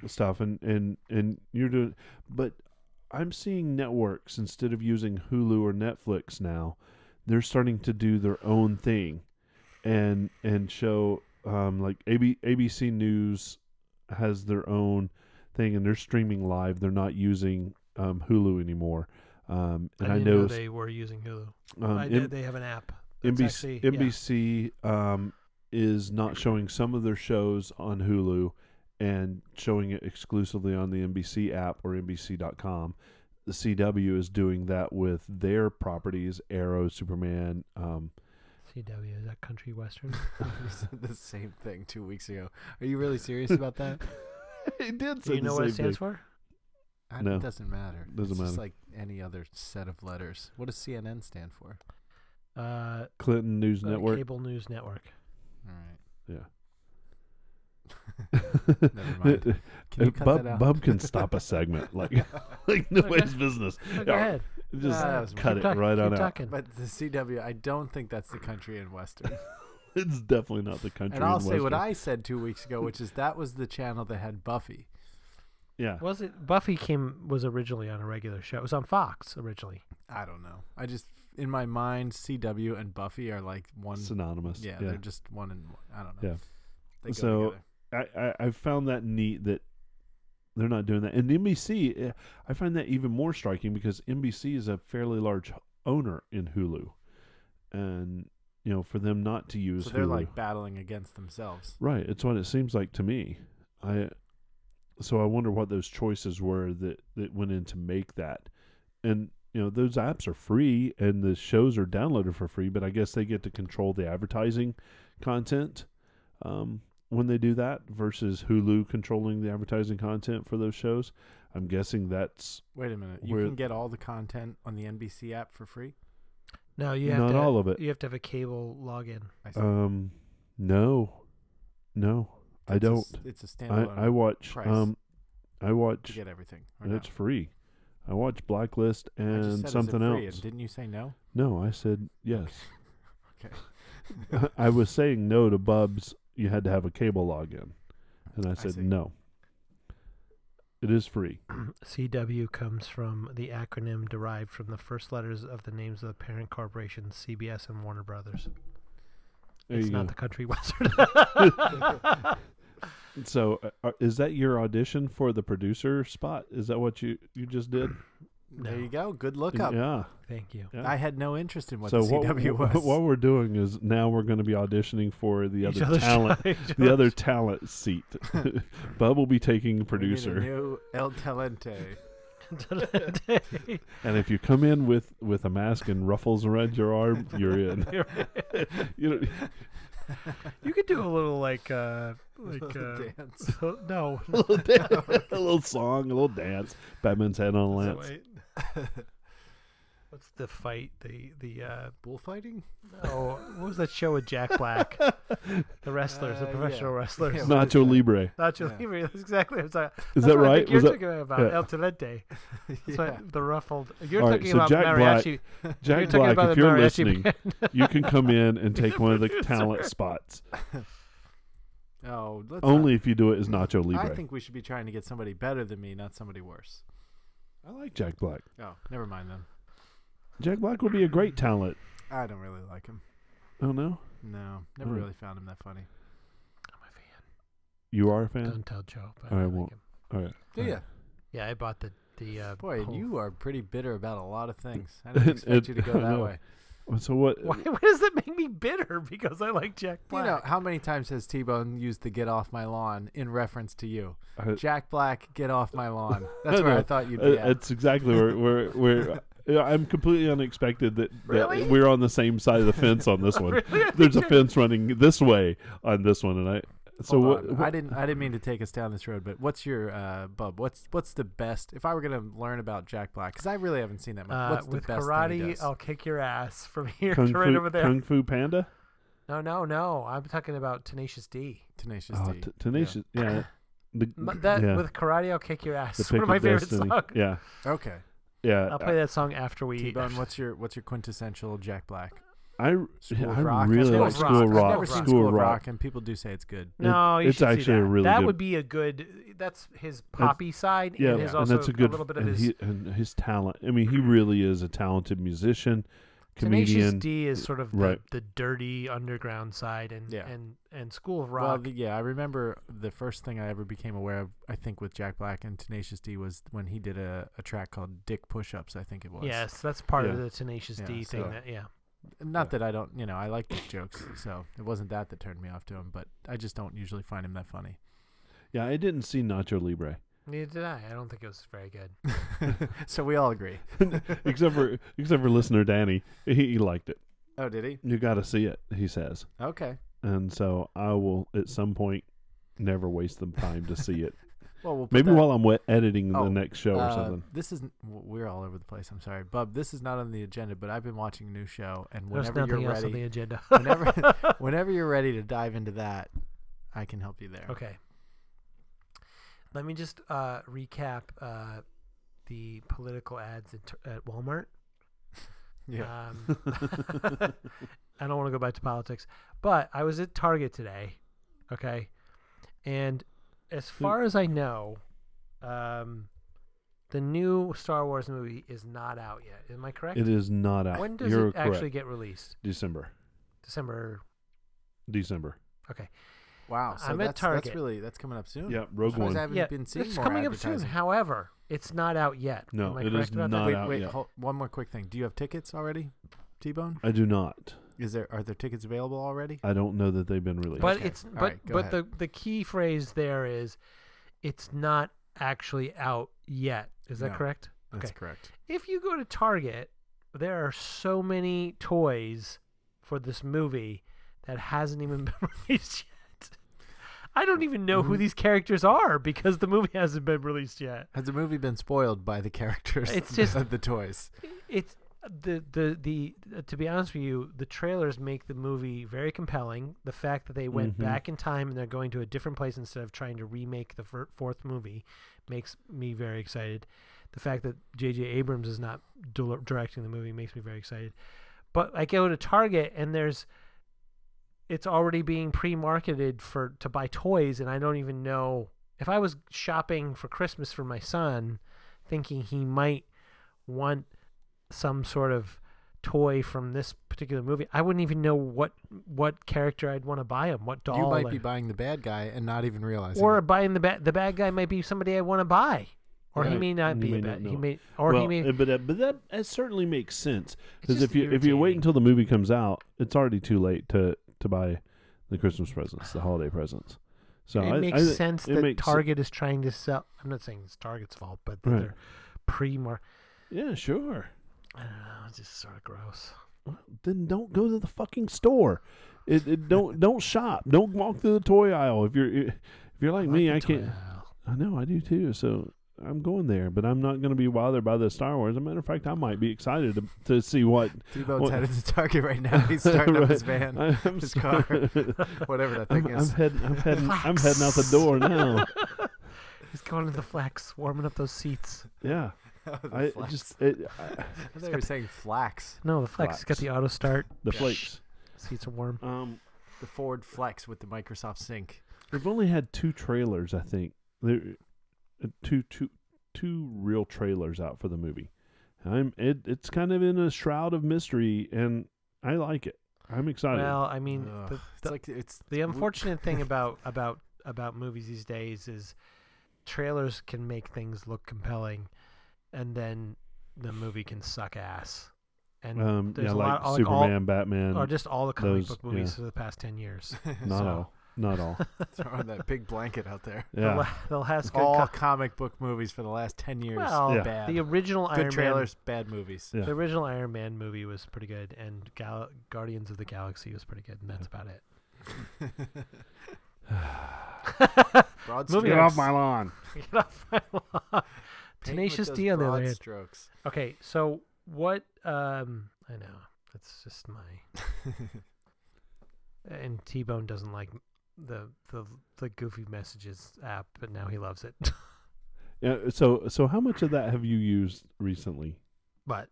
Speaker 2: stuff, and and and you're doing, but I'm seeing networks instead of using Hulu or Netflix now, they're starting to do their own thing, and and show um like AB, ABC News has their own thing, and they're streaming live. They're not using um Hulu anymore. Um, and I,
Speaker 1: didn't
Speaker 2: know,
Speaker 1: they were using Hulu.
Speaker 2: um,
Speaker 1: I
Speaker 2: in-
Speaker 1: did, they have an app. That's
Speaker 2: NBC,
Speaker 1: actually- yeah.
Speaker 2: NBC um, is not showing some of their shows on Hulu and showing it exclusively on the NBC app or NBC.com. The CW is doing that with their properties, Arrow, Superman. Um,
Speaker 1: CW is that country western?
Speaker 3: We said the same thing two weeks ago. Are you really serious about that?
Speaker 2: it did say
Speaker 1: Do you
Speaker 2: the
Speaker 1: know what it
Speaker 2: same
Speaker 1: stands for?
Speaker 3: I,
Speaker 2: No.
Speaker 3: It doesn't matter.
Speaker 2: Doesn't
Speaker 3: it's Just
Speaker 2: matter.
Speaker 3: like any other set of letters. What does CNN stand for?
Speaker 1: Uh,
Speaker 2: thing. Clinton News
Speaker 1: uh,
Speaker 2: Network.
Speaker 1: cable news network.
Speaker 3: All right.
Speaker 2: Yeah.
Speaker 3: Never mind. Can you cut
Speaker 2: Bub,
Speaker 3: that out?
Speaker 2: Bub can stop a segment like like nobody's business.
Speaker 1: Oh, go
Speaker 2: Yeah,
Speaker 1: ahead.
Speaker 2: Just
Speaker 3: Ah, that was
Speaker 2: cut
Speaker 1: Keep
Speaker 2: it
Speaker 1: talk-
Speaker 2: right
Speaker 1: keep
Speaker 2: on out.
Speaker 1: talking.
Speaker 3: But the CW, I don't think that's the country and western.
Speaker 2: It's definitely not the country.
Speaker 3: and I'll say what
Speaker 2: Western.
Speaker 3: I said two weeks ago, which is that was the channel that had Buffy.
Speaker 2: yeah.
Speaker 1: Was it Buffy came was originally on a regular show. It was on Fox originally.
Speaker 3: I don't know. I just in my mind, CW and Buffy are like one.
Speaker 2: synonymous.
Speaker 3: yeah, they're just one and one. I don't know.
Speaker 2: Yeah.
Speaker 3: They go
Speaker 2: So-
Speaker 3: together.
Speaker 2: I, I I found that neat that they're not doing that. And NBC, eh, I find that even more striking because NBC is a fairly large owner in Hulu, and you know for them not to use
Speaker 3: so they're
Speaker 2: Hulu,
Speaker 3: like battling against themselves.
Speaker 2: right? It's what it seems like to me. I so I wonder what those choices were that that went in to make that, and you know those apps are free and the shows are downloaded for free, but I guess they get to control the advertising content um, when they do that versus Hulu controlling the advertising content for those shows. I'm guessing that's
Speaker 3: Wait a minute. You
Speaker 2: Where-
Speaker 3: can get all the content on the NBC app for free.
Speaker 1: No, you have
Speaker 2: Not
Speaker 1: to,
Speaker 2: all of it.
Speaker 1: You have to have a cable login.
Speaker 3: I see.
Speaker 2: um, no, no, I
Speaker 3: It's a
Speaker 2: don't.
Speaker 3: s- it's a
Speaker 2: I,
Speaker 3: standalone.
Speaker 2: I watch
Speaker 3: price.
Speaker 2: um, I
Speaker 3: to
Speaker 2: watch
Speaker 3: get everything. or
Speaker 2: It's
Speaker 3: no?
Speaker 2: free. I watched Blacklist
Speaker 3: I just
Speaker 2: and
Speaker 3: said, is it
Speaker 2: something
Speaker 3: free?
Speaker 2: else.
Speaker 3: And didn't you say no?
Speaker 2: No, I said yes.
Speaker 3: Okay.
Speaker 2: I was saying no to Bub's. You had to have a cable login, and I said
Speaker 3: see.
Speaker 2: no. It is free.
Speaker 1: CW comes from the acronym derived from the first letters of the names of the parent corporations CBS and Warner Brothers.
Speaker 2: There
Speaker 1: it's
Speaker 2: you
Speaker 1: not
Speaker 2: go.
Speaker 1: the country western.
Speaker 2: So, uh, uh, is that your audition for the producer spot? Is that what you you just did?
Speaker 1: No.
Speaker 3: There you go. Good lookup.
Speaker 2: Yeah.
Speaker 1: Thank you.
Speaker 2: yeah.
Speaker 3: I had no interest in what
Speaker 2: so
Speaker 3: the
Speaker 2: what,
Speaker 3: CW
Speaker 2: what-
Speaker 3: was.
Speaker 2: what we're doing is now we're going to be auditioning for the
Speaker 1: Each
Speaker 2: other
Speaker 1: other's
Speaker 2: talent,
Speaker 1: trying to-
Speaker 2: the other talent seat. Bub will be taking
Speaker 3: We need a
Speaker 2: producer,
Speaker 3: new El Talente.
Speaker 2: and if you come in with with a mask and ruffles around your arm, you're in. you know,
Speaker 1: you could do a little like uh like uh,
Speaker 3: dance.
Speaker 1: no.
Speaker 2: a little, dance, a little song, a little dance. Batman's head on a lance.
Speaker 1: Wait. What's the fight? The the uh
Speaker 3: Bullfighting?
Speaker 1: oh what was that show with Jack Black? the wrestlers, the
Speaker 3: Uh, yeah.
Speaker 1: professional wrestlers.
Speaker 3: Yeah, what is
Speaker 2: Nacho
Speaker 3: that?
Speaker 2: Libre.
Speaker 1: Nacho
Speaker 3: Yeah.
Speaker 1: Libre. That's exactly what I'm talking
Speaker 2: Is
Speaker 1: that's
Speaker 2: that
Speaker 1: what I
Speaker 2: right?
Speaker 1: think You're
Speaker 2: Was that-
Speaker 1: talking about
Speaker 2: yeah.
Speaker 1: El Talente. That's
Speaker 3: yeah.
Speaker 1: what the ruffled. You're
Speaker 2: All right,
Speaker 1: talking
Speaker 2: so
Speaker 1: about
Speaker 2: Jack Black-
Speaker 1: mariachi. you're
Speaker 2: Jack
Speaker 1: talking
Speaker 2: Black,
Speaker 1: about
Speaker 2: if
Speaker 1: the
Speaker 2: you're
Speaker 1: mariachi
Speaker 2: listening,
Speaker 1: band.
Speaker 2: you can come in and take one of the
Speaker 1: Producer.
Speaker 2: talent spots.
Speaker 3: Oh, let's not-
Speaker 2: Only if you do it as Nacho Libre.
Speaker 3: I think we should be trying to get somebody better than me, not somebody worse.
Speaker 2: I like Jack Black.
Speaker 3: Oh, never mind then.
Speaker 2: Jack Black would be a great talent.
Speaker 3: I don't really like him.
Speaker 2: Oh no,
Speaker 3: No, never
Speaker 2: Hmm.
Speaker 3: really found him that funny.
Speaker 1: I'm a fan.
Speaker 2: you are a fan.
Speaker 1: Don't tell Joe. But
Speaker 2: I
Speaker 1: like
Speaker 2: won't.
Speaker 1: him.
Speaker 2: All right.
Speaker 3: Do ya?
Speaker 1: Yeah, I bought the the uh,
Speaker 3: Boy,
Speaker 1: whole-
Speaker 3: you are pretty bitter about a lot of things. I didn't expect you to go
Speaker 2: I
Speaker 3: that
Speaker 2: know.
Speaker 3: way.
Speaker 2: Well, Uh, So what?
Speaker 1: Why, why does that make me bitter? Because I like Jack Black.
Speaker 3: You know, how many times has T Bone used the get off my lawn in reference to you?
Speaker 2: I-
Speaker 3: Jack Black, get off my lawn. That's where I
Speaker 2: know.
Speaker 3: thought you'd
Speaker 2: Uh,
Speaker 3: be. At.
Speaker 2: That's exactly where where where. yeah, I'm completely unexpected that, that
Speaker 1: Really?
Speaker 2: we're on the same side of the fence on this one.
Speaker 1: Really? I
Speaker 2: There's a
Speaker 1: think
Speaker 2: fence running this way on this one, and I. So
Speaker 3: Hold
Speaker 2: what?
Speaker 3: on.
Speaker 2: what-
Speaker 3: I didn't. I didn't mean to take us down this road, but what's your uh, bub? What's what's the best? If I were gonna learn about Jack Black, because I really haven't seen that much.
Speaker 1: Uh,
Speaker 3: what's the
Speaker 1: with
Speaker 3: best thing he
Speaker 1: karate, uh,
Speaker 3: does?
Speaker 1: I'll kick your ass from here
Speaker 2: Kung
Speaker 1: to right
Speaker 2: Fu-
Speaker 1: over there.
Speaker 2: Kung Fu Panda.
Speaker 1: No, no, no. I'm talking about Tenacious D.
Speaker 3: Tenacious
Speaker 2: Oh,
Speaker 3: D.
Speaker 2: t- tenacious. Yeah. The,
Speaker 1: M- That
Speaker 2: yeah.
Speaker 1: with karate, I'll kick your ass.
Speaker 2: The
Speaker 1: One
Speaker 2: Pick
Speaker 1: of my
Speaker 2: of
Speaker 1: favorite
Speaker 2: Destiny.
Speaker 1: songs.
Speaker 2: Yeah.
Speaker 3: Okay.
Speaker 2: Yeah.
Speaker 1: I'll play that song after we.
Speaker 3: T-Bone, what's your what's your quintessential Jack Black?
Speaker 2: I,
Speaker 3: School
Speaker 2: yeah,
Speaker 3: of
Speaker 2: I
Speaker 3: Rock.
Speaker 2: really
Speaker 1: School
Speaker 2: like
Speaker 1: of
Speaker 2: School
Speaker 1: Rock.
Speaker 2: of
Speaker 1: I've
Speaker 3: I've
Speaker 2: Rock.
Speaker 3: never seen School of Rock, and people do say it's good.
Speaker 1: No, you
Speaker 2: it's
Speaker 1: should see
Speaker 2: actually a
Speaker 1: that.
Speaker 2: really
Speaker 1: that
Speaker 2: good-
Speaker 1: would be a good. That's his poppy side,
Speaker 2: Yeah,
Speaker 1: and his
Speaker 2: and
Speaker 1: also
Speaker 2: that's a good
Speaker 1: little bit of
Speaker 2: and,
Speaker 1: his.
Speaker 2: he, and his talent. I mean, he really is a talented musician,
Speaker 1: Tenacious
Speaker 2: comedian.
Speaker 1: D is sort of
Speaker 2: right.
Speaker 1: the, the dirty underground side, and
Speaker 3: Yeah.
Speaker 1: and and School of Rock.
Speaker 3: Well, the, yeah, I remember the first thing I ever became aware of, I think, with Jack Black and Tenacious D was when he did a, a track called Dick Push Ups, I think it was.
Speaker 1: yes, that's part of
Speaker 2: Yeah.
Speaker 1: the Tenacious
Speaker 3: Yeah,
Speaker 1: D thing.
Speaker 3: so-
Speaker 1: That yeah,
Speaker 3: Not that I don't, you know, I like dick jokes, so it wasn't that that turned me off to him, but I just don't usually find him that funny.
Speaker 2: yeah, I didn't see Nacho Libre,
Speaker 1: neither did I. I don't think it was very good.
Speaker 3: so we all agree.
Speaker 2: except for except for listener Danny. He, he liked it.
Speaker 3: Oh, did he?
Speaker 2: You got to see it, he says.
Speaker 3: Okay.
Speaker 2: And so I will at some point never waste the time to see it.
Speaker 3: Well, we'll put
Speaker 2: Maybe
Speaker 3: that-
Speaker 2: while I'm wet editing
Speaker 3: Oh,
Speaker 2: the next show or
Speaker 3: Uh,
Speaker 2: something.
Speaker 3: This isn't. w- We're all over the place. I'm sorry, Bub. This is not on the agenda, but I've been watching a new show, and
Speaker 1: There's
Speaker 3: whenever
Speaker 1: nothing
Speaker 3: you're
Speaker 1: else on the
Speaker 3: ready,
Speaker 1: agenda.
Speaker 3: whenever whenever you're ready to dive into that, I can help you there.
Speaker 1: Okay. Let me just uh, recap uh, the political ads at, at Walmart.
Speaker 3: Yeah.
Speaker 1: Um, I don't want to go back to politics, but I was at Target today. Okay. And as
Speaker 2: Hmm.
Speaker 1: far as I know, um, the new Star Wars movie is not out yet. Am I correct?
Speaker 2: It is not out.
Speaker 1: When does
Speaker 2: You're
Speaker 1: it
Speaker 2: correct.
Speaker 1: actually get released?
Speaker 2: December.
Speaker 1: December.
Speaker 2: December.
Speaker 1: Okay.
Speaker 3: Wow. So
Speaker 1: I'm at
Speaker 3: that's,
Speaker 1: Target.
Speaker 3: That's really that's coming up soon.
Speaker 2: Yeah, Rogue
Speaker 3: As far as I
Speaker 2: One.
Speaker 3: haven't
Speaker 1: yeah,
Speaker 3: been seeing
Speaker 1: it's
Speaker 3: more
Speaker 1: coming up soon.
Speaker 3: advertising.
Speaker 1: However, it's not out yet.
Speaker 2: No,
Speaker 1: Am I
Speaker 2: it is
Speaker 1: correct about that?
Speaker 2: not
Speaker 3: Wait,
Speaker 2: out
Speaker 3: wait.
Speaker 2: yet.
Speaker 3: Hold, one more quick thing. Do you have tickets already, T-Bone?
Speaker 2: I do not.
Speaker 3: Is there are there tickets available already?
Speaker 2: I don't know that they've been released.
Speaker 1: But
Speaker 3: Okay.
Speaker 1: it's
Speaker 3: All
Speaker 1: but
Speaker 3: right, go
Speaker 1: but
Speaker 3: ahead.
Speaker 1: the the key phrase there is, it's not actually out yet. Is that
Speaker 3: No.
Speaker 1: correct?
Speaker 3: That's
Speaker 1: Okay.
Speaker 3: correct.
Speaker 1: If you go to Target, there are so many toys for this movie that hasn't even been released yet. I don't even know who these characters are because the movie hasn't been released yet.
Speaker 3: Has the movie been spoiled by the characters?
Speaker 1: It's just-
Speaker 3: of the toys.
Speaker 1: It's the the the to be honest with you, the trailers make the movie very compelling. The fact that they went
Speaker 2: Mhm.
Speaker 1: back in time and they're going to a different place instead of trying to remake the fir- fourth movie makes me very excited. The fact that J.J. Abrams is not dil- directing the movie makes me very excited. But I go to Target and there's it's already being pre-marketed for to buy toys and I don't even know if I was shopping for Christmas for my son thinking he might want some sort of toy from this particular movie, I wouldn't even know what what character I'd want to buy him, what doll.
Speaker 3: You might be
Speaker 1: or-
Speaker 3: buying the bad guy and not even realizing.
Speaker 1: or
Speaker 3: it.
Speaker 1: buying the bad the bad guy might be somebody I want to buy. or he
Speaker 2: Right.
Speaker 1: may not
Speaker 2: You
Speaker 1: be
Speaker 2: may
Speaker 1: a
Speaker 2: not
Speaker 1: bad. He
Speaker 2: know.
Speaker 1: may, or
Speaker 2: well,
Speaker 1: he may.
Speaker 2: uh, but, uh, but that, that certainly makes sense
Speaker 1: It's
Speaker 2: because
Speaker 1: just
Speaker 2: if you if you wait
Speaker 1: irritating.
Speaker 2: until the movie comes out, it's already too late to to buy the Christmas presents, the holiday presents. So
Speaker 1: it
Speaker 2: I,
Speaker 1: makes
Speaker 2: I thi-
Speaker 1: sense
Speaker 2: it
Speaker 1: that
Speaker 2: makes-
Speaker 1: Target is trying to sell. I'm not saying it's Target's fault, but
Speaker 2: Right.
Speaker 1: they're pre-mar.
Speaker 2: Yeah, sure.
Speaker 1: I don't know. It's just sort of gross.
Speaker 2: Then don't go to the fucking store. It, it don't don't shop. Don't walk through the toy aisle. If you're if you're like, me,
Speaker 1: the
Speaker 2: I
Speaker 1: toy
Speaker 2: can't.
Speaker 1: aisle.
Speaker 2: I know I do too. So I'm going there, but I'm not going to be bothered by the Star Wars. As a matter of fact, I might be excited to, to see what
Speaker 3: Debo's
Speaker 2: Well-
Speaker 3: headed to Target right now. He's starting up his van,
Speaker 2: I'm,
Speaker 3: his car, whatever that thing
Speaker 2: I'm, I'm
Speaker 3: is.
Speaker 2: heading. I'm heading. I'm heading out the
Speaker 1: Fox.
Speaker 2: door now.
Speaker 1: He's going to the flex, warming up those seats.
Speaker 2: Yeah,
Speaker 3: The
Speaker 2: I
Speaker 3: flax.
Speaker 2: just it, I,
Speaker 3: I thought you were saying flax.
Speaker 1: No, the flex. has got
Speaker 2: Flex.
Speaker 1: the auto start.
Speaker 2: the flakes.
Speaker 1: Seats are warm.
Speaker 2: Um,
Speaker 3: The Ford Flex with the Microsoft Sync.
Speaker 2: they've only had two trailers. I think there, uh, two two two real trailers out for the movie. I'm it. It's kind of in a shroud of mystery, and I like it. I'm excited.
Speaker 1: Well, I mean,
Speaker 3: Ugh,
Speaker 1: the,
Speaker 3: it's
Speaker 1: the,
Speaker 3: like it's
Speaker 1: the unfortunate thing about about about movies these days is trailers can make things look compelling, and then the movie can suck ass. And
Speaker 2: um,
Speaker 1: there's
Speaker 2: yeah,
Speaker 1: a
Speaker 2: like
Speaker 1: lot- like all-
Speaker 2: Superman, Batman.
Speaker 1: or just all the comic
Speaker 2: those-
Speaker 1: book movies for the past ten years.
Speaker 2: not
Speaker 1: so-
Speaker 2: all. Not all.
Speaker 3: throwing that big blanket out there.
Speaker 1: The
Speaker 2: Yeah.
Speaker 1: la- the last good
Speaker 3: All
Speaker 1: co-
Speaker 3: comic book movies for the last ten years.
Speaker 1: well,
Speaker 2: Yeah.
Speaker 3: bad.
Speaker 1: the original
Speaker 3: Good
Speaker 1: Iron
Speaker 3: trailers, bad movies.
Speaker 2: Yeah.
Speaker 1: Man, the original Iron Man movie was pretty good, and Gal- Guardians of the Galaxy was pretty good, and that's about it.
Speaker 3: Broad
Speaker 1: Moving
Speaker 3: strokes.
Speaker 1: on. off
Speaker 2: my lawn.
Speaker 1: Get off my lawn.
Speaker 3: Paint with
Speaker 1: Tenacious
Speaker 3: those
Speaker 1: D on the other
Speaker 3: broad
Speaker 1: hand.
Speaker 3: strokes.
Speaker 1: Okay, so what? Um, I know that's just my and T Bone doesn't like the the the goofy messages app, but now he loves it.
Speaker 2: Yeah, so so how much of that have you used recently?
Speaker 1: but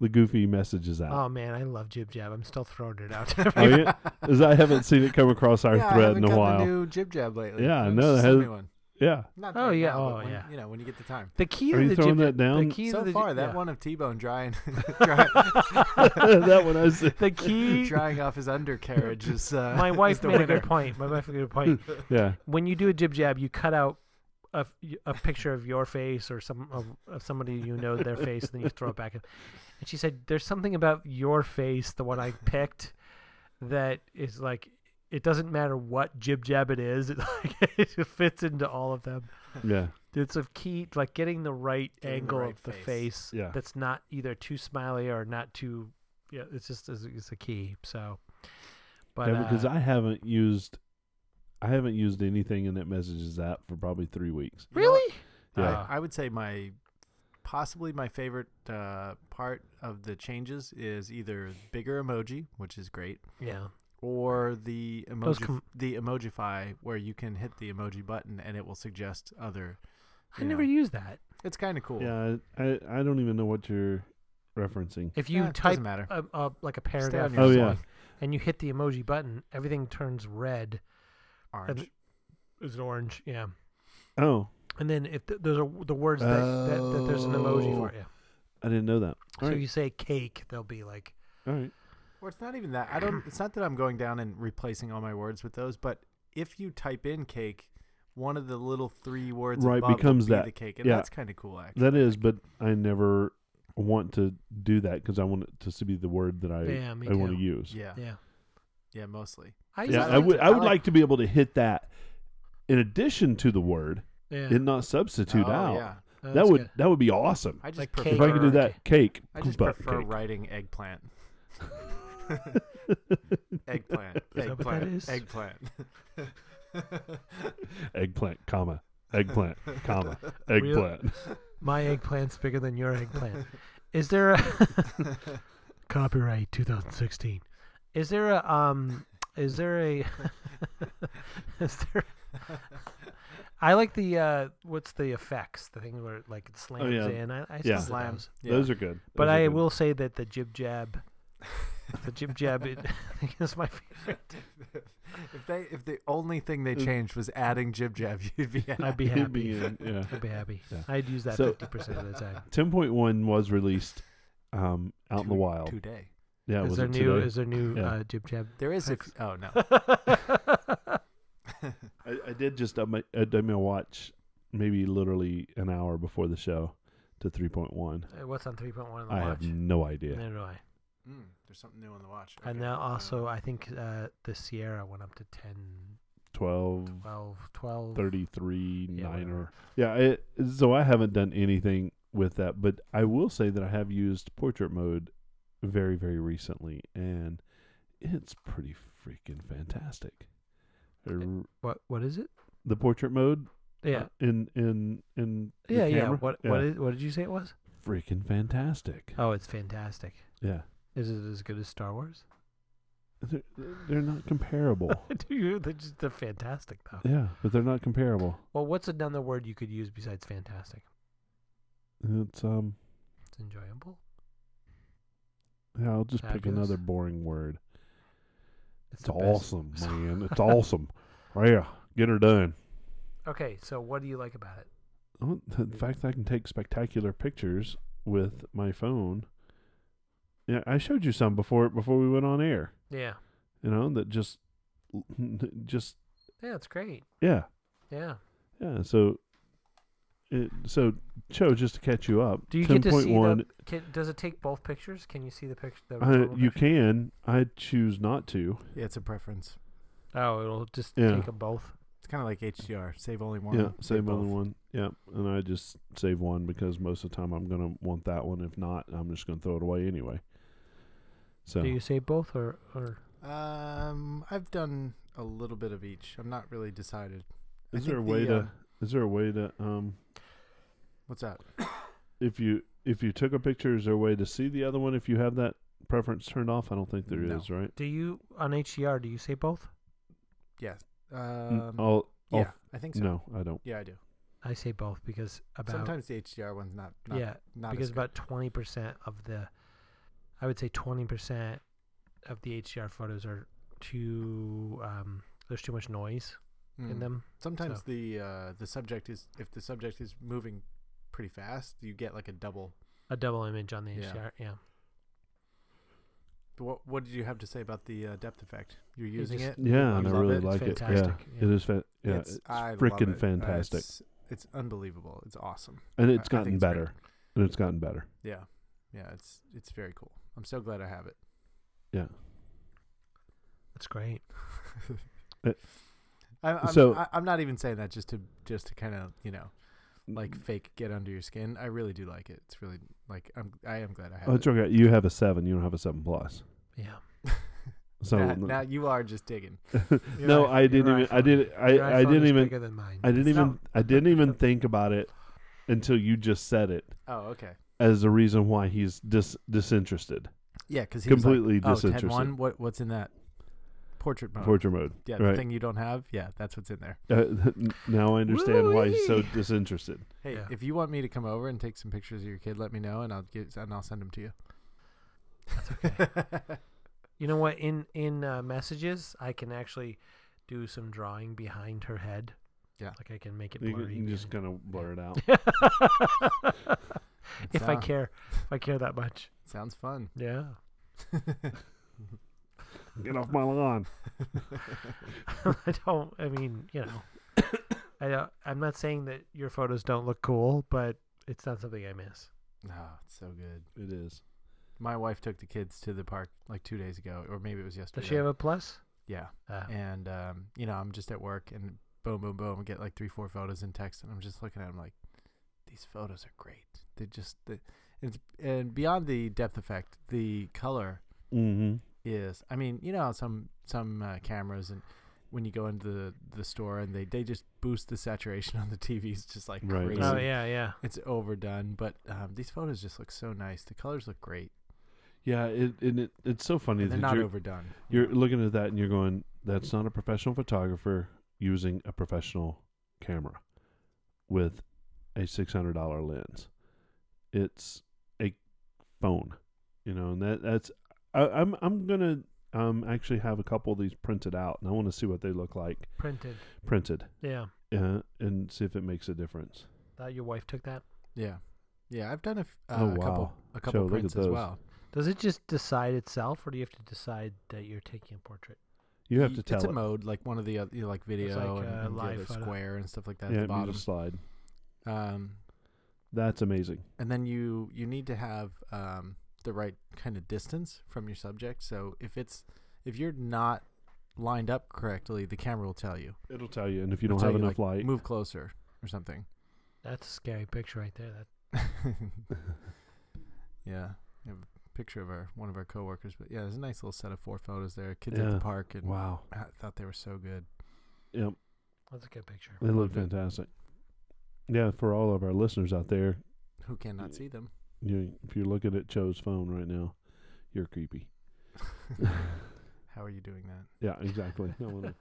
Speaker 2: The goofy messages app.
Speaker 1: oh man, I love Jib Jab. I'm still throwing it out.
Speaker 2: Oh, yeah? 'Cause I haven't seen it come across our
Speaker 3: yeah, I
Speaker 2: thread in
Speaker 3: haven't
Speaker 2: a
Speaker 3: gotten
Speaker 2: while.
Speaker 3: new jib jab lately.
Speaker 2: Yeah,
Speaker 3: Just
Speaker 2: no, it
Speaker 3: send me
Speaker 2: hasn't-
Speaker 3: one.
Speaker 2: yeah.
Speaker 3: Not
Speaker 1: Oh,
Speaker 3: right
Speaker 1: yeah,
Speaker 3: now, but
Speaker 1: oh,
Speaker 3: when-
Speaker 1: yeah.
Speaker 3: You know when you get the time.
Speaker 1: the key
Speaker 2: Are
Speaker 1: to
Speaker 2: you
Speaker 1: the
Speaker 2: throwing
Speaker 1: Jib
Speaker 2: that down?
Speaker 1: The key
Speaker 3: so
Speaker 1: to the,
Speaker 3: far, that
Speaker 1: yeah.
Speaker 3: one of T-Bone drying, dry,
Speaker 2: that one I see.
Speaker 1: The key.
Speaker 3: drying off his undercarriage is. Uh,
Speaker 1: My
Speaker 3: is
Speaker 1: wife
Speaker 3: the
Speaker 1: made a
Speaker 3: winner.
Speaker 1: good point. My wife made a good point.
Speaker 2: Yeah.
Speaker 1: When you do a jib jab, you cut out a, f- y- a picture of your face or some of, of somebody you know their face, and then you throw it back. in. And she said, "There's something about your face, the one I picked, that is like." It doesn't matter what jib jab it is; it, like, it fits into all of them.
Speaker 2: Yeah.
Speaker 1: It's a key, like getting the right
Speaker 3: Getting the
Speaker 1: angle
Speaker 3: right
Speaker 1: of the
Speaker 3: face.
Speaker 1: face.
Speaker 2: Yeah.
Speaker 1: That's not either too smiley or not too. Yeah, it's just it's, it's a key. So, but
Speaker 2: yeah because
Speaker 1: uh,
Speaker 2: I haven't used I haven't used anything in that messages app for probably 3 weeks.
Speaker 3: You know what?
Speaker 1: really,
Speaker 2: Yeah.
Speaker 1: Uh,
Speaker 3: I, I would say my possibly my favorite uh, part of the changes is either bigger emoji, which is great,
Speaker 1: yeah.
Speaker 3: or the
Speaker 1: Those
Speaker 3: emoji
Speaker 1: com-
Speaker 3: the emojify where you can hit the emoji button and it will suggest other.
Speaker 1: I
Speaker 3: you
Speaker 1: never
Speaker 3: know.
Speaker 1: use that.
Speaker 3: It's kind of cool.
Speaker 2: Yeah, I I don't even know what you're referencing.
Speaker 1: If you
Speaker 3: Yeah, it
Speaker 1: type
Speaker 3: Eh, doesn't matter.
Speaker 1: a, a, like a paragraph
Speaker 3: on
Speaker 1: or
Speaker 2: your
Speaker 1: something,
Speaker 2: Oh, yeah.
Speaker 1: and you hit the emoji button, everything turns red.
Speaker 3: Orange.
Speaker 1: Is it orange? Yeah.
Speaker 2: Oh,
Speaker 1: And then if th- those are the words that, that, that there's an emoji for,
Speaker 2: Oh.
Speaker 1: yeah.
Speaker 2: I didn't know that.
Speaker 1: So
Speaker 2: All right.
Speaker 1: you say cake, they'll be like,
Speaker 2: All right.
Speaker 3: Or it's not even that. I don't. It's not that I'm going down and replacing all my words with those, but if you type in cake, one of the little three words
Speaker 2: Right,
Speaker 3: above will
Speaker 2: becomes
Speaker 3: be
Speaker 2: that.
Speaker 3: the cake, and
Speaker 2: Yeah.
Speaker 3: that's kind of cool. Actually,
Speaker 2: That is, but I never want to do that because I want it to be the word that I
Speaker 1: yeah, me
Speaker 2: I want to
Speaker 1: too.
Speaker 2: use.
Speaker 3: Yeah, yeah,
Speaker 1: Yeah.
Speaker 3: mostly.
Speaker 1: I
Speaker 2: Yeah,
Speaker 1: used
Speaker 2: I
Speaker 1: to-
Speaker 2: would.
Speaker 3: to-
Speaker 2: I
Speaker 3: I
Speaker 2: would
Speaker 3: like-
Speaker 2: like to be able to hit that in addition to the word
Speaker 1: Yeah.
Speaker 2: and not substitute
Speaker 3: Oh,
Speaker 2: out.
Speaker 3: Yeah,
Speaker 1: No,
Speaker 2: That
Speaker 1: that's
Speaker 2: would
Speaker 1: good.
Speaker 2: that would be awesome.
Speaker 3: I just
Speaker 1: Like
Speaker 3: prefer
Speaker 1: cake
Speaker 2: if I could do that, cake.
Speaker 3: I just
Speaker 2: but
Speaker 3: prefer
Speaker 2: cake.
Speaker 3: writing eggplant. eggplant.
Speaker 1: that what that
Speaker 3: Eggplant.
Speaker 1: is?
Speaker 3: Eggplant.
Speaker 2: eggplant, comma, eggplant, comma, eggplant.
Speaker 1: My eggplant's bigger than your eggplant. Is there a copyright 2016? Is there a um? Is there a? is there? I like the uh, what's the effects? The thing where it, like it slams
Speaker 2: Oh, yeah.
Speaker 1: in. I, I
Speaker 2: Yeah.
Speaker 1: still do
Speaker 3: Slam.
Speaker 1: those.
Speaker 3: Yeah.
Speaker 2: Those are good.
Speaker 1: But
Speaker 2: Those are
Speaker 1: I
Speaker 2: good.
Speaker 1: will say that the jib jab, the jib jab it, is my favorite.
Speaker 3: if they if the only thing they changed was adding jib jab, you'd be happy.
Speaker 1: I'd be
Speaker 2: It'd
Speaker 1: happy.
Speaker 2: Uh, be in, yeah.
Speaker 1: I'd be happy.
Speaker 2: Yeah.
Speaker 1: I'd use that
Speaker 2: So-
Speaker 1: fifty percent of the time.
Speaker 2: Ten point one was released um, out in the
Speaker 3: to-
Speaker 2: wild.
Speaker 3: today.
Speaker 2: yeah,
Speaker 1: is
Speaker 2: was
Speaker 1: there
Speaker 2: it
Speaker 1: new?
Speaker 2: today?
Speaker 1: Is there new
Speaker 2: Yeah.
Speaker 1: uh, jib jab?
Speaker 3: There is if
Speaker 1: Thanks.
Speaker 3: oh no.
Speaker 2: I, I did just update uh, my, update my watch maybe literally an hour before the show to 3.1.
Speaker 1: Uh, What's on 3.1 on the
Speaker 2: I
Speaker 1: watch?
Speaker 2: have no idea.
Speaker 1: Neither do I.
Speaker 3: Mm, there's something new on the watch.
Speaker 1: And
Speaker 3: Okay.
Speaker 1: now
Speaker 3: Uh,
Speaker 2: Um,
Speaker 1: also, I think uh, the Sierra went up to 10,
Speaker 2: 12,
Speaker 1: 12, 12.
Speaker 2: 33,
Speaker 1: Yeah,
Speaker 2: 9
Speaker 1: whatever.
Speaker 2: or. Yeah, it, so I haven't done anything with that, but I will say that I have used portrait mode very, very recently, and it's pretty freaking fantastic. Er,
Speaker 1: What, what is it?
Speaker 2: The portrait mode
Speaker 1: Eh. Yeah.
Speaker 2: uh, in in in the
Speaker 1: yeah, yeah.
Speaker 2: camera?
Speaker 1: What,
Speaker 2: yeah.
Speaker 1: What, is, what did you say it was?
Speaker 2: freaking fantastic
Speaker 1: Oh, it's fantastic.
Speaker 2: yeah
Speaker 1: Is it as good as Star Wars?
Speaker 2: they're, they're not comparable
Speaker 1: Dude, they're just they're fantastic, though.
Speaker 2: Oh. yeah but they're not comparable
Speaker 1: Well, what's another word you could use besides fantastic?
Speaker 2: it's um
Speaker 1: It's enjoyable.
Speaker 2: yeah, i'll just pick
Speaker 1: Fabulous.
Speaker 2: another boring word
Speaker 1: It's,
Speaker 2: it's
Speaker 1: the best.
Speaker 2: awesome man it's awesome Oh, yeah get her done
Speaker 1: Okay, so what do you like about it?
Speaker 2: Oh, the fact that i can take spectacular pictures with my phone yeah i showed you some before before we went on air
Speaker 1: Yeah.
Speaker 2: you know that just just
Speaker 1: Yeah, it's great.
Speaker 2: yeah
Speaker 1: Yeah.
Speaker 2: Yeah, so it, so Cho, just to catch you up,
Speaker 1: Do you
Speaker 2: ten
Speaker 1: get to
Speaker 2: point
Speaker 1: see
Speaker 2: one.
Speaker 1: the? Can, does it take both pictures? Can you see the picture? The
Speaker 2: I,
Speaker 1: total
Speaker 2: Uh, you
Speaker 1: picture?
Speaker 2: can. I choose not to.
Speaker 3: Yeah, it's a preference.
Speaker 1: Oh, it'll just take
Speaker 2: Yeah.
Speaker 1: 'em take them both.
Speaker 3: It's kind of like HDR. Save only one.
Speaker 2: yeah,
Speaker 3: save
Speaker 2: save only
Speaker 3: both.
Speaker 2: one. Yeah, and I just save one because most of the time I'm gonna want that one. If not, I'm just gonna throw it away anyway. So
Speaker 1: Do you say both or or?
Speaker 3: Um, I've done a little bit of each. I'm not really decided. I
Speaker 2: is there a
Speaker 3: think the,
Speaker 2: way to?
Speaker 3: um,
Speaker 2: is there a way to? Um,
Speaker 3: What's that?
Speaker 2: if you if you took a picture, is there a way to see the other one if you have that preference turned off? I don't think there is,
Speaker 3: No.
Speaker 2: right?
Speaker 1: Do you on HDR? Do you say both?
Speaker 3: Yes.
Speaker 2: N-
Speaker 3: Um,
Speaker 2: I'll, I'll
Speaker 3: yeah, I think so.
Speaker 2: Mm, no, I don't.
Speaker 3: Yeah, I do.
Speaker 1: I say both because about
Speaker 3: Sometimes the HDR one's not. not
Speaker 1: yeah
Speaker 3: Not
Speaker 1: because
Speaker 3: as good.
Speaker 1: about twenty percent of the, I would say twenty percent of the HDR photos are too um there's too much noise in
Speaker 3: Mm.
Speaker 1: them.
Speaker 3: Sometimes
Speaker 1: so-
Speaker 3: the uh, the subject is if the subject is moving pretty fast, you get like a double.
Speaker 1: A double image on the
Speaker 3: Yeah.
Speaker 1: HDR, yeah.
Speaker 3: What What did you have to say about the uh, depth effect? You're using
Speaker 1: just-
Speaker 3: it.
Speaker 2: Yeah,
Speaker 3: You
Speaker 2: and I
Speaker 3: love
Speaker 2: really
Speaker 3: it? It's
Speaker 2: like it. Yeah,
Speaker 1: fantastic, yeah.
Speaker 2: it is. Fa- yeah, it's,
Speaker 3: I love
Speaker 2: freaking
Speaker 3: it. Uh,
Speaker 2: fantastic.
Speaker 3: it's, it's unbelievable. It's awesome.
Speaker 2: and
Speaker 3: I-
Speaker 2: it's
Speaker 3: I think
Speaker 2: gotten
Speaker 3: it's great.
Speaker 2: better. And it's gotten better.
Speaker 3: Yeah, yeah. It's it's very cool. I'm so glad I have it.
Speaker 2: Yeah.
Speaker 1: That's great.
Speaker 3: I, I'm,
Speaker 2: So-
Speaker 3: I, I'm not even saying that just to just to kind of you know like
Speaker 2: Mm.
Speaker 3: fake get under your skin. I really do like it. It's really like I'm I am glad I have
Speaker 2: Oh,
Speaker 3: it.
Speaker 2: it's okay. You have a seven. You don't have a seven plus.
Speaker 1: Yeah.
Speaker 2: So
Speaker 3: now, now you are just digging. You're
Speaker 2: no, I
Speaker 3: right.
Speaker 2: didn't
Speaker 1: your
Speaker 2: even. I
Speaker 1: iPhone-
Speaker 2: did.
Speaker 1: Your
Speaker 2: I, I
Speaker 1: iPhone
Speaker 2: didn't
Speaker 1: is
Speaker 2: even.
Speaker 1: bigger than mine.
Speaker 2: I didn't
Speaker 3: It's
Speaker 2: even.
Speaker 3: not-
Speaker 2: I didn't even think about it until you just said it
Speaker 3: Oh, okay.
Speaker 2: as the reason why he's dis disinterested,
Speaker 3: Yeah, because
Speaker 2: completely
Speaker 3: was like, oh, 10
Speaker 2: disinterested.
Speaker 3: one. What what's in that portrait mode?
Speaker 2: Portrait mode.
Speaker 3: yeah,
Speaker 2: right.
Speaker 3: the thing you don't have. Yeah, that's what's in there.
Speaker 2: Uh, now I understand why he's so
Speaker 1: Woo-wee.
Speaker 2: disinterested.
Speaker 3: Hey,
Speaker 1: Yeah.
Speaker 3: if you want me to come over and take some pictures of your kid, let me know, and I'll get and I'll send them to you.
Speaker 1: You know what? In in uh, messages, I can actually do some drawing behind her head.
Speaker 3: Yeah.
Speaker 1: like I can make it
Speaker 2: You can-
Speaker 1: blurry.
Speaker 2: you can just
Speaker 1: and-
Speaker 2: kind of blur it out.
Speaker 1: if I
Speaker 3: not-
Speaker 1: care, if I care that much.
Speaker 3: Sounds fun.
Speaker 1: Yeah.
Speaker 2: Get off my lawn.
Speaker 1: I don't. I mean, you know, I don't, I'm not saying that your photos don't look cool, but it's not something I miss.
Speaker 3: Oh, it's so good.
Speaker 2: It is.
Speaker 3: My wife took the kids to the park like two days ago, or maybe it was yesterday.
Speaker 1: Does she have a plus?
Speaker 3: yeah,
Speaker 1: Uh,
Speaker 3: and um, you know, I'm just at work, and boom, boom, boom, get like three, four photos in text, and I'm just looking at them like, these photos are great. They just, the, it's, and beyond the depth effect, the color
Speaker 2: Mm-hmm.
Speaker 3: is. I mean, you know, how some some uh, cameras and when you go into the, the store and they, they just boost the saturation on the TVs just like
Speaker 2: Right.
Speaker 3: crazy.
Speaker 1: oh yeah, yeah.
Speaker 3: It's overdone, but um, these photos just look so nice. The colors look great.
Speaker 2: Yeah, it, and it, it's so funny
Speaker 3: And
Speaker 2: that
Speaker 3: they're not
Speaker 2: you're,
Speaker 3: overdone. you
Speaker 2: You're
Speaker 3: know.
Speaker 2: looking at that and you're going, that's not a professional photographer using a professional camera with a $600 lens. It's a phone, you know, and that that's I, I'm I'm gonna um actually have a couple of these printed out and I want to see what they look like
Speaker 1: Printed.
Speaker 2: printed
Speaker 1: Yeah.
Speaker 2: uh, and see if it makes a difference.
Speaker 1: That your wife took that.
Speaker 3: yeah, yeah. I've done a, f- uh,
Speaker 2: Oh,
Speaker 3: a couple
Speaker 2: wow.
Speaker 3: a couple
Speaker 2: Joe, look at
Speaker 3: prints as
Speaker 2: those.
Speaker 3: well.
Speaker 1: Does it just decide itself, or do you have to decide that you're taking a portrait?
Speaker 2: You have
Speaker 3: Y-
Speaker 2: to tell
Speaker 3: it's a
Speaker 2: it.
Speaker 3: mode like one of the other, you know, like video
Speaker 1: like,
Speaker 3: and,
Speaker 1: uh,
Speaker 3: and the
Speaker 1: live
Speaker 3: other
Speaker 1: photo.
Speaker 3: square and stuff like that
Speaker 2: yeah,
Speaker 3: at the
Speaker 2: it means a
Speaker 3: bottom.
Speaker 2: slide.
Speaker 3: Um,
Speaker 2: That's amazing.
Speaker 3: and then you you need to have um, the right kind of distance from your subject. So if it's if you're not lined up correctly, the camera will tell you.
Speaker 2: It'll tell you, and if you don't
Speaker 3: It'll
Speaker 2: have
Speaker 3: tell you,
Speaker 2: enough
Speaker 3: like,
Speaker 2: light,
Speaker 3: move closer or something.
Speaker 1: That's a scary picture right there. That
Speaker 3: yeah, I have a picture of our one of our coworkers, but yeah, there's a nice little set of four photos there. Kids at
Speaker 2: Yeah.
Speaker 3: the park, and
Speaker 2: wow,
Speaker 3: I thought they were so good.
Speaker 2: yep,
Speaker 1: that's a good picture.
Speaker 2: they look
Speaker 3: Loved it.
Speaker 2: fantastic. Yeah, for all of our listeners out there,
Speaker 3: Who cannot see them?
Speaker 2: you if you're looking at Joe's phone right now, you're creepy.
Speaker 3: How are you doing that?
Speaker 2: Yeah, exactly. No one-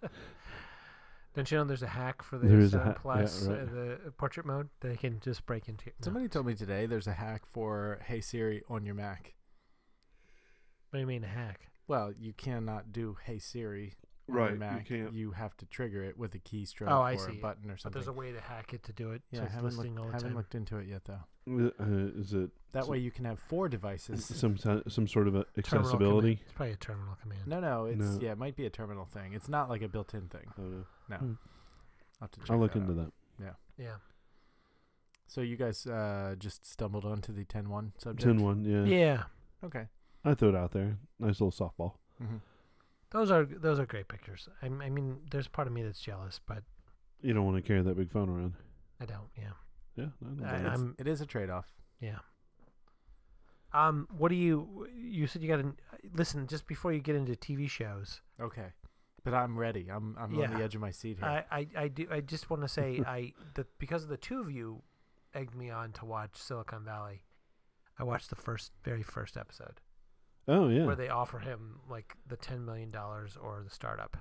Speaker 1: Don't you know there's a hack for
Speaker 2: There
Speaker 1: this
Speaker 2: is a
Speaker 1: uh,
Speaker 2: hack- yeah,
Speaker 1: plus
Speaker 2: right.
Speaker 1: uh, the portrait mode that they can just break into? No.
Speaker 3: Somebody told me today there's a hack for Hey Siri on your Mac.
Speaker 1: What do you mean a hack?
Speaker 3: Well, you cannot do Hey Siri on
Speaker 2: Right,
Speaker 3: your
Speaker 2: you
Speaker 3: Mac.
Speaker 2: can't.
Speaker 3: have to trigger it with a keystroke
Speaker 1: Oh,
Speaker 3: or
Speaker 1: I
Speaker 3: a
Speaker 1: see.
Speaker 3: button or
Speaker 1: But
Speaker 3: something.
Speaker 1: there's a way to hack it to do it.
Speaker 3: yeah,
Speaker 1: so
Speaker 3: I
Speaker 1: it's
Speaker 3: haven't,
Speaker 1: listening
Speaker 3: looked,
Speaker 1: all the
Speaker 3: haven't
Speaker 1: time.
Speaker 3: looked into it yet though.
Speaker 2: Uh, is it
Speaker 3: That
Speaker 2: So-
Speaker 3: way you can have four devices.
Speaker 2: some ti- some sort of a
Speaker 1: Terminal command.
Speaker 2: accessibility?
Speaker 1: It's probably a terminal command.
Speaker 3: No, no, it's
Speaker 2: No.
Speaker 3: yeah, it might be a terminal thing. It's not like a built-in thing.
Speaker 2: I don't know.
Speaker 3: I'll, have to check
Speaker 2: I'll look
Speaker 3: that
Speaker 2: into
Speaker 3: out.
Speaker 2: that.
Speaker 1: Yeah.
Speaker 3: So you guys uh, just stumbled onto the 10-1 subject.
Speaker 2: 10 1, yeah.
Speaker 1: Yeah.
Speaker 3: Okay.
Speaker 2: I threw it out there. Nice little softball.
Speaker 3: hmm
Speaker 1: Those are those are great pictures. I, m- I mean, there's part of me that's jealous, but
Speaker 2: You don't want to carry that big phone around.
Speaker 1: I don't. Yeah.
Speaker 2: Yeah, I don't
Speaker 1: I-
Speaker 2: blame you.
Speaker 1: I'm-
Speaker 3: It is a trade-off.
Speaker 1: Yeah. Um, what do you? You said you got an. Listen, just before you get into TV shows,
Speaker 3: Okay. But I'm ready. I'm I'm on
Speaker 1: Yeah.
Speaker 3: the edge of my seat here.
Speaker 1: I, I, I do. I just want to say I that because of the two of you egged me on to watch Silicon Valley. I watched the first, very first episode
Speaker 2: oh yeah,
Speaker 1: where they offer him like the ten million dollars or the startup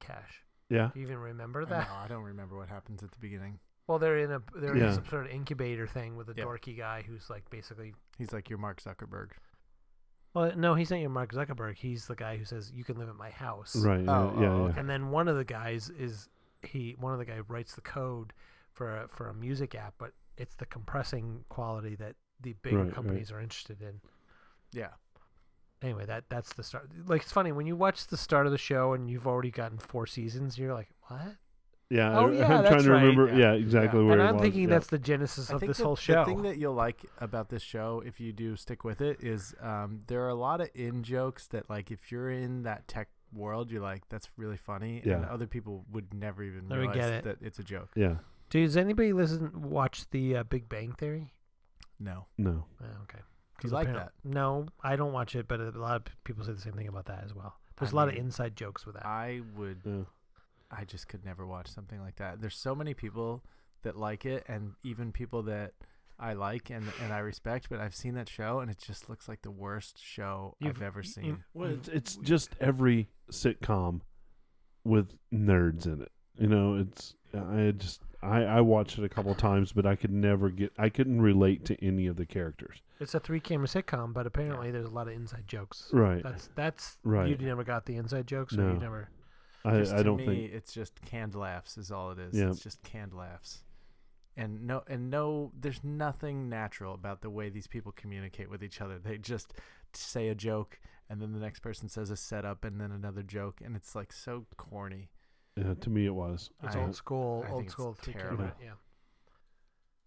Speaker 1: cash.
Speaker 2: yeah.
Speaker 1: Do you even remember
Speaker 3: I
Speaker 1: that?
Speaker 3: know, I don't remember what happens at the beginning.
Speaker 1: Well, they're in a they're
Speaker 2: Yeah.
Speaker 1: in some sort of incubator thing with a
Speaker 3: Yeah.
Speaker 1: dorky guy who's like basically
Speaker 3: He's like your Mark Zuckerberg.
Speaker 1: Well, no, he's not your Mark Zuckerberg. He's the guy who says you can live at my house.
Speaker 2: Right. yeah,
Speaker 3: Oh, oh,
Speaker 2: yeah,
Speaker 3: okay.
Speaker 1: And then one of the guys is he. One of the guy writes the code for a, for a music app, but it's the compressing quality that the bigger
Speaker 2: Right, right.
Speaker 1: companies are interested in.
Speaker 3: Yeah.
Speaker 1: Anyway, that that's the start. Like it's funny when you watch the start of the show and you've already gotten four seasons. You're like, what?
Speaker 2: yeah. yeah.
Speaker 1: Oh,
Speaker 2: I,
Speaker 1: yeah,
Speaker 2: am trying
Speaker 1: that's
Speaker 2: to
Speaker 1: right,
Speaker 2: remember. Yeah,
Speaker 3: yeah.
Speaker 2: exactly
Speaker 3: Yeah.
Speaker 2: where
Speaker 1: and
Speaker 2: it
Speaker 1: I'm
Speaker 2: was,
Speaker 1: thinking
Speaker 2: yeah.
Speaker 1: that's the genesis of this
Speaker 3: the,
Speaker 1: whole
Speaker 3: the
Speaker 1: show.
Speaker 3: thing that you'll like about this show, if you do stick with it, is um, there are a lot of in jokes that, like, if you're in that tech world, you're like, that's really funny, and
Speaker 2: Yeah.
Speaker 3: other people would never even
Speaker 1: Never
Speaker 3: realize
Speaker 1: get it.
Speaker 3: that it's a joke.
Speaker 2: yeah.
Speaker 1: Dude, does anybody listen watch the uh, Big Bang Theory?
Speaker 3: No,
Speaker 2: No.
Speaker 1: Oh, okay.
Speaker 3: you
Speaker 1: 'Cause
Speaker 3: like
Speaker 1: apparent-
Speaker 3: that?
Speaker 1: No, I don't watch it, but a lot of p- people say the same thing about that as well. There's
Speaker 3: I
Speaker 1: a lot of
Speaker 3: mean,
Speaker 1: inside jokes with that.
Speaker 3: I would.
Speaker 2: Yeah.
Speaker 3: I just could never watch something like that. There's so many people that like it, and even people that I like and and I respect, but I've seen that show, and it just looks like the worst show
Speaker 1: You've-
Speaker 3: I've ever
Speaker 1: you-
Speaker 3: seen.
Speaker 2: Well, it's, it's just every sitcom with nerds in it. You know, it's I just I I watched it a couple of times, but I could never get I couldn't relate to any of the characters.
Speaker 1: it's a three-camera sitcom, but apparently there's a lot of inside jokes.
Speaker 2: Right.
Speaker 1: That's that's
Speaker 2: Right.
Speaker 1: you never got the inside jokes, or
Speaker 2: No.
Speaker 1: you never.
Speaker 2: I
Speaker 3: Just
Speaker 2: I
Speaker 3: to
Speaker 2: don't
Speaker 3: me,
Speaker 2: think.
Speaker 3: it's just canned laughs is all it is.
Speaker 2: Yeah.
Speaker 3: It's just canned laughs. And no and no there's nothing natural about the way these people communicate with each other. They just say a joke and then the next person says a setup and then another joke and it's like so corny.
Speaker 2: Yeah, to me, it was.
Speaker 1: It's
Speaker 3: I-
Speaker 1: old school,
Speaker 3: I think
Speaker 1: old
Speaker 3: it's
Speaker 1: school three-camera.
Speaker 3: terrible.
Speaker 1: Yeah.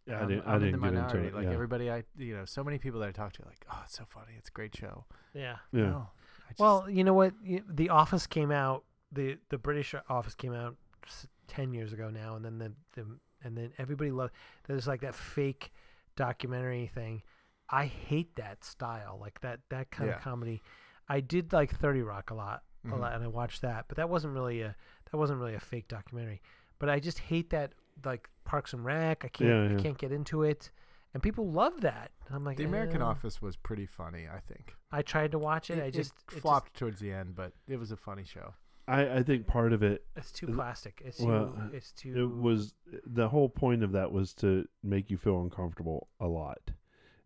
Speaker 2: Yeah, I
Speaker 3: I'm-
Speaker 2: didn't.
Speaker 3: I'm
Speaker 2: I
Speaker 3: in
Speaker 2: didn't
Speaker 3: the
Speaker 2: get
Speaker 3: minority.
Speaker 2: into it.
Speaker 3: Like
Speaker 2: yeah.
Speaker 3: everybody I you know, so many people that I talk to are like, Oh, it's so funny, it's a great show.
Speaker 1: Yeah.
Speaker 2: yeah.
Speaker 3: No, I just-
Speaker 1: Well, you know what? Y- The Office came out. the The British Office came out s- ten years ago now, and then the, the and then everybody loved. There's like that fake documentary thing. I hate that style, like that that kind
Speaker 3: Yeah.
Speaker 1: of comedy. I did like Thirty Rock a lot, a
Speaker 3: Mhm.
Speaker 1: lot, and I watched that, but that wasn't really a that wasn't really a fake documentary. But I just hate that like Parks and Rec. I can't
Speaker 2: Yeah, yeah.
Speaker 1: I can't get into it, and people love that. And I'm like
Speaker 3: The American
Speaker 1: "Eh."
Speaker 3: Office was pretty funny, I think.
Speaker 1: I tried to watch it. I just it just-
Speaker 3: flopped towards the end, but it was a funny show.
Speaker 2: I I think part of it
Speaker 1: It's too
Speaker 2: Is it-
Speaker 1: plastic. It's
Speaker 2: Well,
Speaker 1: too. It's too.
Speaker 2: it was the whole point of that was to make you feel uncomfortable a lot.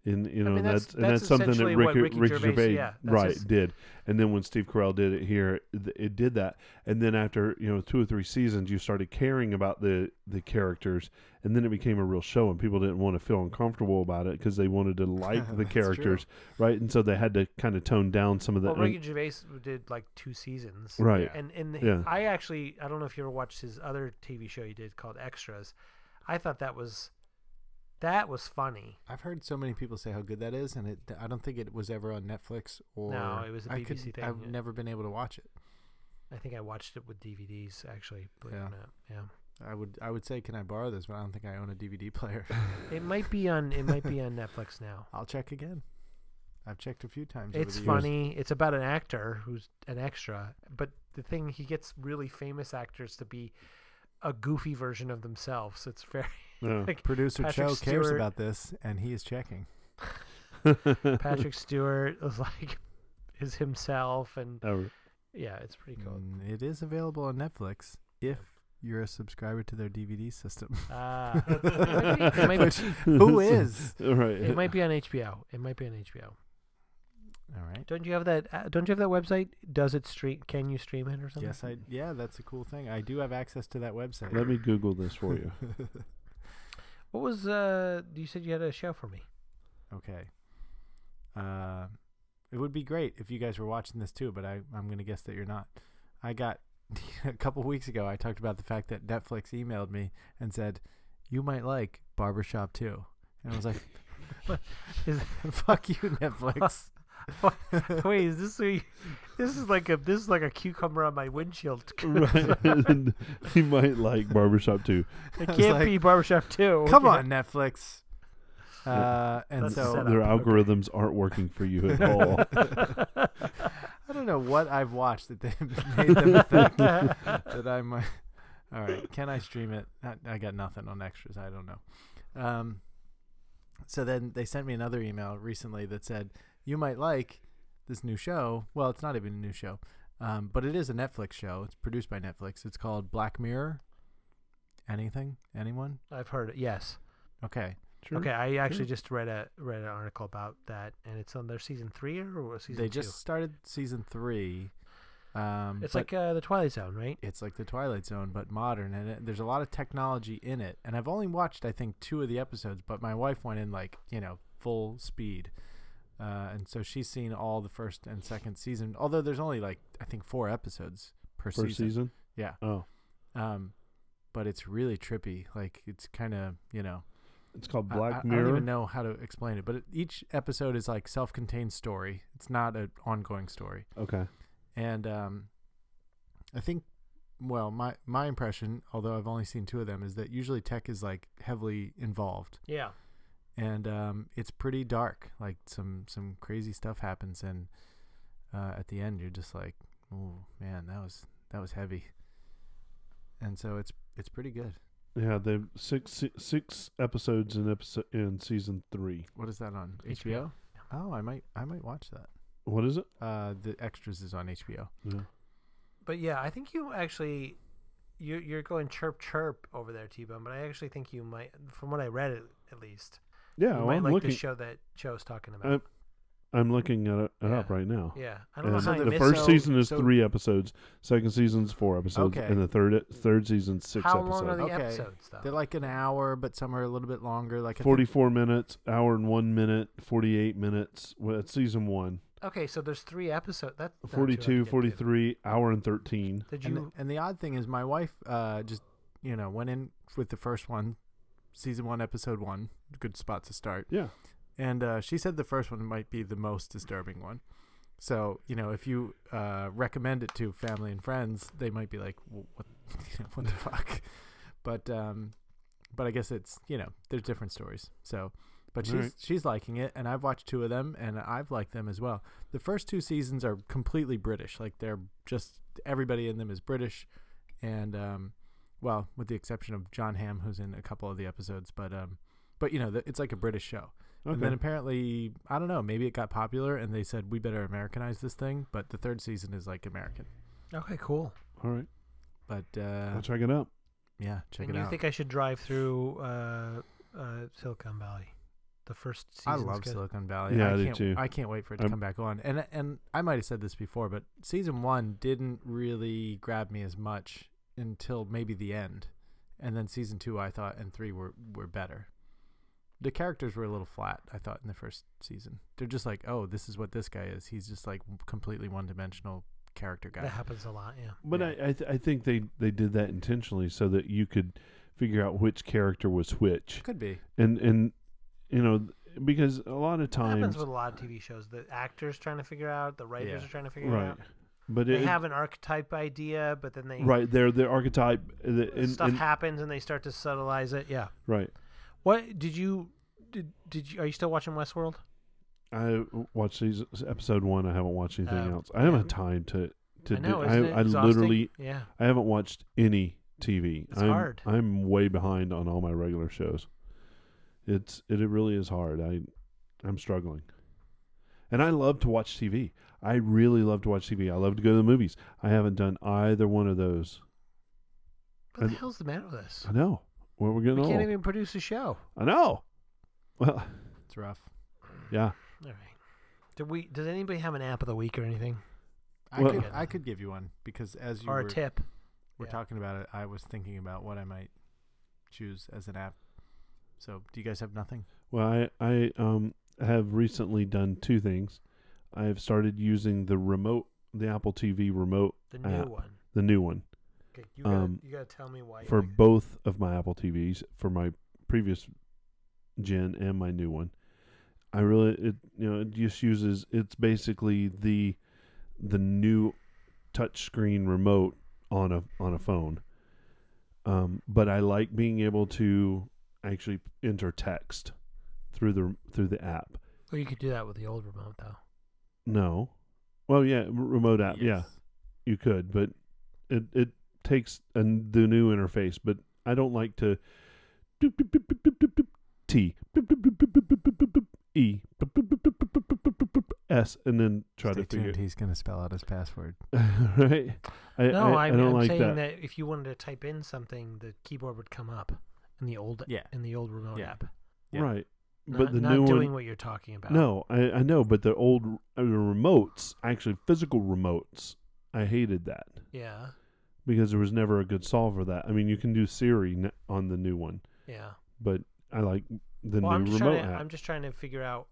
Speaker 2: And you know
Speaker 1: mean,
Speaker 2: and
Speaker 1: that's-
Speaker 2: that's, and
Speaker 1: that's
Speaker 2: that's something that
Speaker 1: essentially what
Speaker 2: Ricky,
Speaker 1: Ricky Gervais- yeah, that's
Speaker 2: right
Speaker 1: his-
Speaker 2: did. And then when Steve Carell did it here, it, it did that. And then after you know two or three seasons, you started caring about the the characters, and then it became a real show, and people didn't want to feel uncomfortable about it because they wanted to like the
Speaker 3: That's true.
Speaker 2: characters, right? And so they had to kind of tone down some of the
Speaker 1: well, Ricky Gervais did like two seasons,
Speaker 2: right.
Speaker 3: Yeah.
Speaker 1: and and
Speaker 2: Yeah.
Speaker 1: I actually I don't know if you ever watched his other TV show he did called Extras. I thought that was that was funny.
Speaker 3: I've heard so many people say how good that is, and it, I don't think it was ever on Netflix or.
Speaker 1: No, it was a
Speaker 3: I could,
Speaker 1: BBC thing,
Speaker 3: I've
Speaker 1: yeah.
Speaker 3: never been able to watch it.
Speaker 1: I think I watched it with DVDs actually. Believe
Speaker 3: Yeah.
Speaker 1: it or not, yeah.
Speaker 3: I would I would say, can I borrow this? But I don't think I own a DVD player.
Speaker 1: It might be on it might be on Netflix now.
Speaker 3: I'll check again. I've checked a few times. over
Speaker 1: It's
Speaker 3: the years.
Speaker 1: funny. It's about an actor who's an extra, but the thing he gets really famous actors to be a goofy version of themselves. It's very
Speaker 2: Yeah.
Speaker 1: like
Speaker 3: Producer
Speaker 1: Patrick
Speaker 3: Cho cares
Speaker 1: Stewart.
Speaker 3: about this, and he is checking.
Speaker 1: Patrick Stewart was like is himself, and
Speaker 2: Oh,
Speaker 1: yeah, it's pretty cool.
Speaker 3: Mm, it is available on Netflix if you're a subscriber to their DVD system.
Speaker 1: Ah, it, might be,
Speaker 3: Which- Who is?
Speaker 2: all right.
Speaker 1: it might be on HBO. It might be on HBO.
Speaker 3: All right.
Speaker 1: Don't you have that? uh, Don't you have that website? Does it stream? Can you stream it or something?
Speaker 3: Yes, I. Yeah, that's a cool thing. I do have access to that website.
Speaker 2: Let me Google this for you.
Speaker 1: What was? uh You said you had a show for me.
Speaker 3: okay. Uh, it would be great if you guys were watching this too, but I, I'm going to guess that you're not. I got a couple weeks ago. I talked about the fact that Netflix emailed me and said, "You might like Barbershop too," and I was like,
Speaker 1: Is-
Speaker 3: "Fuck you, Netflix."
Speaker 1: Wait, is this? A, this is like a. This is like a cucumber on my windshield.
Speaker 2: right. And you might like Barbershop too.
Speaker 1: It
Speaker 3: I was
Speaker 1: can't
Speaker 3: like,
Speaker 1: be barbershop too.
Speaker 3: Come on, Netflix. Uh, and
Speaker 1: That's
Speaker 3: so
Speaker 1: set
Speaker 2: Their
Speaker 1: up, okay.
Speaker 2: algorithms aren't working for you at all.
Speaker 3: I don't know what I've watched that they made them think that I might. All right, can I stream it? I, I got nothing on extras. I don't know. Um, so then they sent me another email recently that said you might like this new show. Well, it's not even a new show, um, but it is a Netflix show. It's produced by Netflix. It's called Black Mirror. Anything? Anyone?
Speaker 1: I've heard it. Yes.
Speaker 3: Okay.
Speaker 2: Sure.
Speaker 1: Okay. I actually just read a read an article about that, and it's on their season three or what season
Speaker 3: they
Speaker 1: two.
Speaker 3: just started season three. Um,
Speaker 1: It's
Speaker 3: but-
Speaker 1: like uh, the Twilight Zone, right?
Speaker 3: it's like the Twilight Zone, but modern, and it, there's a lot of technology in it. And I've only watched, I think, two of the episodes, but my wife went in like you know full speed, uh, and so she's seen all the first and second season. Although there's only like I think four episodes per,
Speaker 2: First
Speaker 3: season.
Speaker 2: season.
Speaker 3: Yeah,
Speaker 2: Oh,
Speaker 3: um, but it's really trippy. Like it's kind of you know
Speaker 2: it's called
Speaker 3: I- I,
Speaker 2: Black
Speaker 3: I
Speaker 2: Mirror.
Speaker 3: don't even know how to explain it, but it, each episode is like self-contained story. It's not an ongoing story
Speaker 2: Okay.
Speaker 3: and um, I think, well, my my impression, although I've only seen two of them, is that usually tech is like heavily involved,
Speaker 1: Yeah.
Speaker 3: and um, it's pretty dark. Like some some crazy stuff happens, and uh, at the end, you're just like, oh man, that was that was heavy. And so it's it's pretty good.
Speaker 2: Yeah, they six six episodes in episode in season three.
Speaker 3: What is that on
Speaker 1: HBO?
Speaker 3: HBO? Oh, I might I might watch that.
Speaker 2: What is it?
Speaker 3: Uh, the extras is on HBO.
Speaker 2: Yeah.
Speaker 1: But yeah, I think you actually you you're going chirp chirp over there, T Bone. But I actually think you might, from what I read at, at least,
Speaker 2: Yeah,
Speaker 1: you
Speaker 2: well,
Speaker 1: might
Speaker 2: I'm
Speaker 1: like
Speaker 2: looking.
Speaker 1: the show that Joe's talking about.
Speaker 2: I'm, I'm looking at it it up
Speaker 1: Yeah.
Speaker 2: right now.
Speaker 1: yeah, I don't know
Speaker 2: And
Speaker 1: how I
Speaker 2: the
Speaker 1: missed
Speaker 2: first
Speaker 1: so-
Speaker 2: season is
Speaker 3: so-
Speaker 2: three episodes. Second season's four episodes,
Speaker 3: Okay.
Speaker 2: and the third third season's six
Speaker 1: How
Speaker 2: episodes.
Speaker 1: long are the
Speaker 3: Okay.
Speaker 1: episodes though?
Speaker 3: They're like an hour, but some are a little bit longer. Like I think-
Speaker 2: Forty-four minutes, hour and one minute, forty-eight minutes. Well, it's season one.
Speaker 1: okay, so there's three episodes. That's not too hard to get
Speaker 2: 42,
Speaker 1: to.
Speaker 2: 43, hour and thirteen.
Speaker 1: Did
Speaker 3: And,
Speaker 1: you?
Speaker 3: the, and the odd thing is, my wife uh, just you know went in with the first one, season one, episode one, good spot to start.
Speaker 2: Yeah.
Speaker 3: And uh, she said the first one might be the most disturbing one. So you know, if you uh, recommend it to family and friends, they might be like, "Wh- "What, you know, what the fuck?" But um, but I guess it's you know, there's different stories. So, but she's
Speaker 2: Alright.
Speaker 3: she's liking it, and I've watched two of them, and I've liked them as well. The first two seasons are completely British, like they're just everybody in them is British, and um, well, with the exception of John Hamm, who's in a couple of the episodes, but um, but you know, the, it's like a British show.
Speaker 2: Okay.
Speaker 3: And then apparently, I don't know, maybe it got popular and they said we better Americanize this thing, but the third season is like American.
Speaker 1: okay, cool.
Speaker 2: All right,
Speaker 3: But uh,
Speaker 2: I'll check it out.
Speaker 3: yeah, check
Speaker 1: and
Speaker 3: it
Speaker 1: you
Speaker 3: out.
Speaker 1: think I should drive through uh, uh, Silicon Valley? The first
Speaker 3: I
Speaker 1: season.
Speaker 3: love
Speaker 1: good.
Speaker 3: Silicon Valley.
Speaker 2: Yeah,
Speaker 3: I
Speaker 2: I do
Speaker 3: can't,
Speaker 2: too.
Speaker 3: I can't wait for it to
Speaker 2: I'm-
Speaker 3: come back on. And and I might have said this before, but season one didn't really grab me as much until maybe the end, and then season two I thought and three were were better. The characters were a little flat, I thought, in the first season. They're just like, oh, this is what this guy is. He's just like completely one dimensional character guy.
Speaker 1: That happens a lot. Yeah.
Speaker 2: But
Speaker 3: Yeah.
Speaker 2: I I, th- I think they they did that intentionally so that you could figure out which character was which.
Speaker 3: Could be.
Speaker 2: And and you know because a lot of
Speaker 1: It happens
Speaker 2: times
Speaker 1: with a lot of TV shows. The actors trying to figure out, the writers
Speaker 3: Yeah.
Speaker 1: are trying to figure it
Speaker 2: right.
Speaker 1: out.
Speaker 2: But
Speaker 1: They
Speaker 2: it,
Speaker 1: have an archetype idea, but then they
Speaker 2: right there the archetype uh, the, and,
Speaker 1: stuff
Speaker 2: and-
Speaker 1: happens and they start to subtleize it. Yeah.
Speaker 2: right.
Speaker 1: What did you did did you are you still watching Westworld?
Speaker 2: I watched these episode 1. I haven't watched anything
Speaker 1: Oh,
Speaker 2: else. I haven't
Speaker 1: yeah.
Speaker 2: had time to to
Speaker 1: I know.
Speaker 2: do
Speaker 1: isn't it
Speaker 2: I, I
Speaker 1: exhausting?
Speaker 2: literally
Speaker 1: yeah.
Speaker 2: I haven't watched any TV.
Speaker 1: It's
Speaker 2: I'm,
Speaker 1: hard.
Speaker 2: I'm way behind on all my regular shows. It's it, it really is hard. I I'm struggling. And I love to watch TV. I really love to watch TV. I love to go to the movies. I haven't done either one of those.
Speaker 1: What the
Speaker 2: I-
Speaker 1: hell's the matter with us?
Speaker 2: I know. Where we're
Speaker 1: We
Speaker 2: getting old.
Speaker 1: can't even produce a show.
Speaker 2: I know. Well,
Speaker 3: It's rough.
Speaker 2: yeah.
Speaker 1: All right. Did we? Does anybody have an app of the week or anything,
Speaker 3: I
Speaker 2: Well-
Speaker 3: could I could give you one because as you
Speaker 1: or
Speaker 3: were,
Speaker 1: a tip?
Speaker 3: were
Speaker 1: Yeah.
Speaker 3: talking about it, I was thinking about what I might choose as an app. So, do you guys have nothing?
Speaker 2: Well, I I um have recently done two things. I've started using the remote, the Apple TV remote,
Speaker 1: The new
Speaker 2: App.
Speaker 1: one.
Speaker 2: the new one.
Speaker 1: Okay, you gotta,
Speaker 2: Um,
Speaker 1: you gotta tell me why. you
Speaker 2: for
Speaker 1: like it.
Speaker 2: both of my Apple TVs, for my previous gen and my new one. I really it you know it just uses it's basically the the new touchscreen remote on a on a phone. Um, but I like being able to actually enter text through the through the app.
Speaker 1: Well, you could do that with the old remote though.
Speaker 2: No, well yeah, r- remote app yeah
Speaker 3: Yes.
Speaker 2: you could, but it it takes a, n- the new interface. But I don't like to doop, doop, doop, doop, doop, doop, doop, T doop, doop, doop, doop, doop, doop, doop, doop, E doop, doop, doop, doop, doop, doop, doop, doop, doop, S and then try
Speaker 3: Stay
Speaker 2: to figure
Speaker 3: tuned. He's gonna spell out his password.
Speaker 2: right. I,
Speaker 1: no,
Speaker 2: I, I
Speaker 1: am
Speaker 2: don't like
Speaker 1: saying
Speaker 2: that.
Speaker 1: that. if you wanted to type in something, the keyboard would come up in the old
Speaker 3: Yeah.
Speaker 1: in the old remote
Speaker 3: Yeah.
Speaker 1: app.
Speaker 3: yeah.
Speaker 2: Right,
Speaker 1: Not,
Speaker 2: but the
Speaker 1: not
Speaker 2: new
Speaker 1: doing
Speaker 2: one.
Speaker 1: what you're talking about.
Speaker 2: No, I, I know, but the old r- uh, the remotes, actually physical remotes, I hated that
Speaker 1: Yeah.
Speaker 2: because there was never a good solve for that. I mean, you can do Siri n- on the new one,
Speaker 1: Yeah.
Speaker 2: but I like the
Speaker 1: well, I'm
Speaker 2: new
Speaker 1: just
Speaker 2: remote
Speaker 1: trying to,
Speaker 2: app.
Speaker 1: I'm just trying to figure out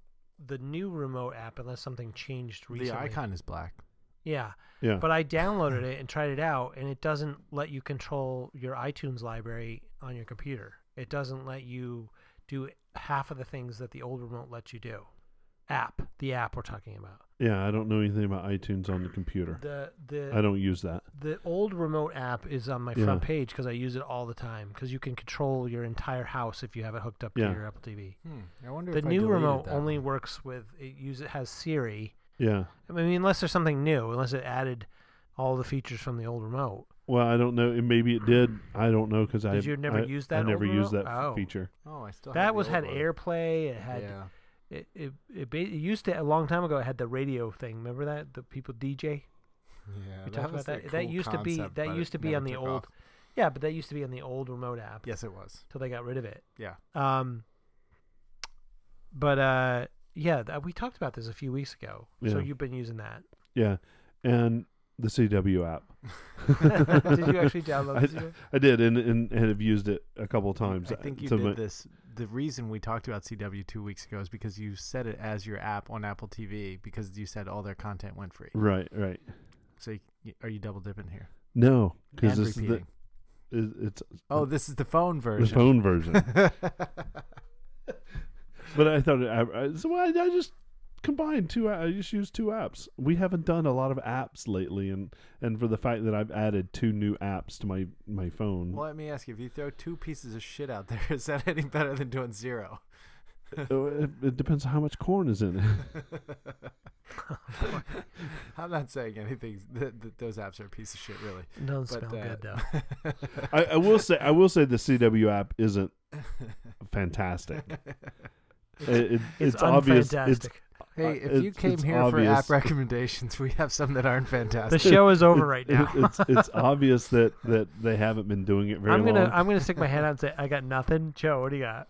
Speaker 1: the new remote app unless something changed recently.
Speaker 3: The icon is black.
Speaker 1: Yeah.
Speaker 2: yeah,
Speaker 1: But I downloaded it and tried it out, and it doesn't let you control your iTunes library on your computer. It doesn't let you do half of the things that the old remote lets you do. App, the app we're talking about.
Speaker 2: Yeah, I don't know anything about iTunes on the computer.
Speaker 1: The
Speaker 2: I
Speaker 1: the
Speaker 2: don't use that.
Speaker 1: the old remote app is on my front
Speaker 2: Yeah.
Speaker 1: page because I use it all the time because you can control your entire house if you have it hooked up
Speaker 2: Yeah.
Speaker 1: to your Apple TV.
Speaker 3: Hmm. I wonder
Speaker 1: The
Speaker 3: if I
Speaker 1: new
Speaker 3: deleted
Speaker 1: remote
Speaker 3: that
Speaker 1: only
Speaker 3: one.
Speaker 1: works with it. Use it has Siri.
Speaker 2: Yeah.
Speaker 1: I mean, unless there's something new, unless it added all the features from the old remote.
Speaker 2: Well, I don't know. and Maybe it did. I don't know because I
Speaker 1: Did you never
Speaker 2: I-
Speaker 1: use
Speaker 2: I
Speaker 1: that
Speaker 2: never
Speaker 1: old
Speaker 2: used
Speaker 1: remote?
Speaker 2: that f-
Speaker 1: Oh.
Speaker 2: feature.
Speaker 3: Oh, I still have
Speaker 1: That
Speaker 3: the
Speaker 1: was
Speaker 3: old
Speaker 1: had
Speaker 3: one.
Speaker 1: AirPlay. It had
Speaker 3: Yeah.
Speaker 1: it, it, it, ba- it used to a long time ago. It had the radio thing. Remember that the people DJ.
Speaker 3: Yeah.
Speaker 1: We talked about
Speaker 3: was the
Speaker 1: that. That
Speaker 3: cool
Speaker 1: used to be-
Speaker 3: concept,
Speaker 1: that
Speaker 3: but
Speaker 1: used
Speaker 3: it
Speaker 1: to be
Speaker 3: never
Speaker 1: on the
Speaker 3: took
Speaker 1: old-
Speaker 3: off.
Speaker 1: Yeah, but that used to be on the old remote app
Speaker 3: Yes, it was.
Speaker 1: till they got rid of it.
Speaker 3: Yeah.
Speaker 1: Um. But uh, yeah, th- we talked about this a few weeks ago. So
Speaker 2: Yeah.
Speaker 1: you've been using that.
Speaker 2: Yeah, and the CW app.
Speaker 1: Did you actually download
Speaker 2: I-
Speaker 1: this? Ewan?
Speaker 2: I did, and and, and have used it a couple times. uh,
Speaker 3: I think you
Speaker 2: So
Speaker 3: did
Speaker 2: my-
Speaker 3: this. The reason we talked about CW two weeks ago is because you said it as your app on Apple TV because you said all their content went free.
Speaker 2: Right, right.
Speaker 3: So you, are you double dipping here?
Speaker 2: No, because
Speaker 3: And
Speaker 2: this is the
Speaker 3: repeating.
Speaker 2: is- it's
Speaker 3: oh, this is the phone
Speaker 2: the
Speaker 3: version.
Speaker 2: phone version. but I thought it, I, I- so I, I just combined two. a- I just used two apps. We haven't done a lot of apps lately, and and for the fact that I've added two new apps to my my phone,
Speaker 3: well, let me ask you: If you throw two pieces of shit out there, is that any better than doing zero?
Speaker 2: Uh, it, it depends on how much corn is in it.
Speaker 3: I'm not saying anything. Th- th- those apps are a piece of shit, really.
Speaker 1: Doesn't
Speaker 3: But,
Speaker 1: smell
Speaker 3: uh,
Speaker 1: good though.
Speaker 2: I, I will say, I will say, the CW app isn't fantastic. It- it- it's, obvious. It's
Speaker 1: unfantastic.
Speaker 3: Hey, if
Speaker 2: it's-
Speaker 3: you came
Speaker 2: it's
Speaker 3: here for
Speaker 2: obvious.
Speaker 3: app recommendations, we have some that aren't
Speaker 1: the
Speaker 3: fantastic.
Speaker 1: show is over right
Speaker 2: it-
Speaker 1: now.
Speaker 2: it's it's obvious that that they haven't been doing it very
Speaker 1: I'm gonna
Speaker 2: long.
Speaker 1: I'm gonna stick my head out and say I got nothing. Joe, what do you got?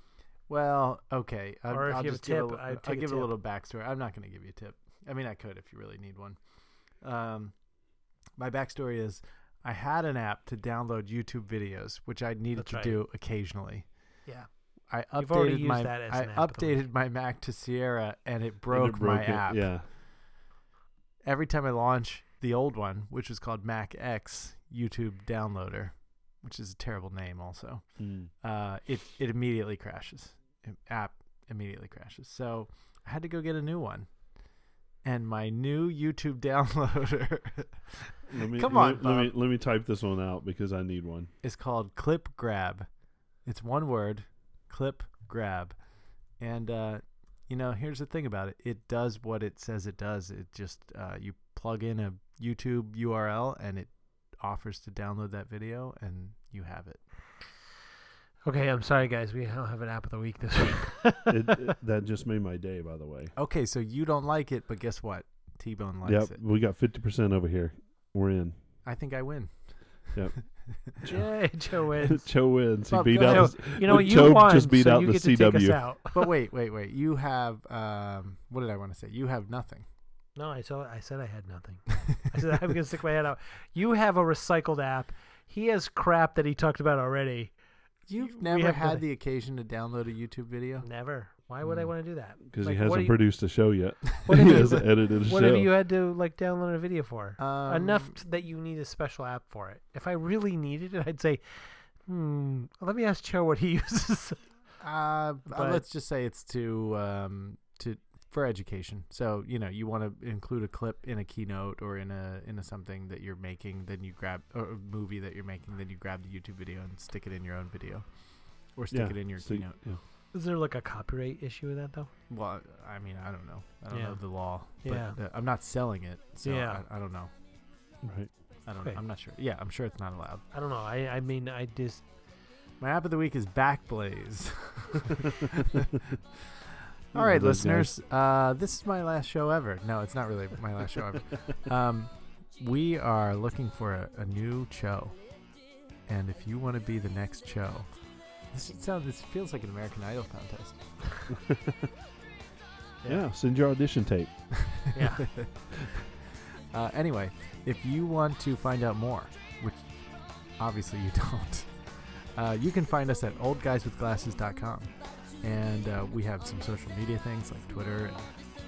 Speaker 3: Well, okay. I'll,
Speaker 1: Or if
Speaker 3: I'll
Speaker 1: you have a
Speaker 3: just give
Speaker 1: tip,
Speaker 3: a,
Speaker 1: I'd
Speaker 3: I'll
Speaker 1: take a
Speaker 3: give a
Speaker 1: tip.
Speaker 3: little backstory. I'm not going to give you a tip. I mean, I could if you really need one. Um, my backstory is I had an app to download YouTube videos, which I needed
Speaker 1: That's
Speaker 3: to
Speaker 1: right.
Speaker 3: do occasionally.
Speaker 1: Yeah.
Speaker 3: I
Speaker 1: You've already
Speaker 3: updated
Speaker 1: used
Speaker 3: my
Speaker 1: that as
Speaker 3: I
Speaker 1: an app of the week.
Speaker 3: updated my Mac to Sierra, and it
Speaker 2: And
Speaker 3: broke,
Speaker 2: it
Speaker 3: my
Speaker 2: it,
Speaker 3: app.
Speaker 2: Yeah,
Speaker 3: Every time I launch the old one, which was called Mac X YouTube Downloader, which is a terrible name also,
Speaker 2: Mm.
Speaker 3: uh, it, it immediately crashes. Im- app immediately crashes. So I had to go get a new one. And my new YouTube downloader
Speaker 2: Let me,
Speaker 3: Come
Speaker 2: let-
Speaker 3: on,
Speaker 2: let me let me type this one out because I need one.
Speaker 3: is called Clip Grab. It's one word, Clip Grab. And uh, you know, here's the thing about it: it does what it says it does. It just uh, you plug in a YouTube URL, and it offers to download that video, and you have it.
Speaker 1: Okay, I'm sorry, guys. We don't have an app of the week this week.
Speaker 2: It, it- that just made my day, by the way.
Speaker 3: Okay, so you don't like it, but guess what? T Bone likes
Speaker 2: yep,
Speaker 3: it.
Speaker 2: we got fifty percent over here. We're in.
Speaker 3: I think I win.
Speaker 2: Yep.
Speaker 1: Yay, Joe wins.
Speaker 2: Cho wins. He
Speaker 3: Well,
Speaker 2: beat
Speaker 3: go
Speaker 2: out.
Speaker 1: Joe,
Speaker 2: his-
Speaker 1: you know what? You
Speaker 2: Joe
Speaker 1: won,
Speaker 2: just beat
Speaker 1: so
Speaker 2: out
Speaker 1: you
Speaker 2: the
Speaker 1: get to take us
Speaker 2: CW.
Speaker 1: out.
Speaker 3: But wait, wait, wait. You have um, what did I want to say? You have nothing.
Speaker 1: No, I saw. I said I had nothing. I said I'm gonna stick my head out. You have a recycled app. He has crap that he talked about already.
Speaker 3: You've
Speaker 1: We
Speaker 3: never
Speaker 1: have
Speaker 3: had
Speaker 1: nothing.
Speaker 3: the occasion to download a YouTube video.
Speaker 1: Never. Why would I
Speaker 3: Hmm.
Speaker 1: want to do that?
Speaker 2: because
Speaker 1: Like,
Speaker 2: Mm. he
Speaker 1: what
Speaker 2: hasn't
Speaker 1: do you-
Speaker 2: produced a show yet.
Speaker 1: What
Speaker 2: he
Speaker 1: have you,
Speaker 2: hasn't edited a
Speaker 1: what
Speaker 2: show.
Speaker 1: have you had to like download a video for?
Speaker 3: Um,
Speaker 1: Enough t- that you need a special app for it. If I really needed it, I'd say, hmm. Let me ask Joe what he uses.
Speaker 3: Uh, uh,
Speaker 1: But-
Speaker 3: let's just say it's to um, to for education. So you know, you want to include a clip in a keynote or in a in a something that you're making. Then you grab or a movie that you're making. Then you grab the YouTube video and stick it in your own video, or stick
Speaker 2: Yeah,
Speaker 3: it in your
Speaker 2: so-
Speaker 3: keynote.
Speaker 2: yeah.
Speaker 1: Is there like a copyright issue with that though?
Speaker 3: Well, I mean, I don't know. I don't
Speaker 1: Yeah.
Speaker 3: know the law.
Speaker 1: Yeah.
Speaker 3: But uh, I'm not selling it, so
Speaker 1: Yeah.
Speaker 3: I, I don't know.
Speaker 2: Right.
Speaker 3: I don't.
Speaker 1: Okay.
Speaker 3: I'm not sure. Yeah, I'm sure it's not allowed.
Speaker 1: I don't know. I I mean I just
Speaker 3: My app of the week is Backblaze. All right,
Speaker 2: Those guys.
Speaker 3: listeners. Uh, this is my last show ever. No, it's not really my last show ever. Um, we are looking for a, a new show, and if you want to be the next show, this should sound. This feels like an American Idol contest.
Speaker 2: Yeah, send your audition tape.
Speaker 1: yeah.
Speaker 3: Uh, anyway, if you want to find out more, which obviously you don't, uh, you can find us at oldguyswithglasses.com. And uh, we have some social media things like Twitter. And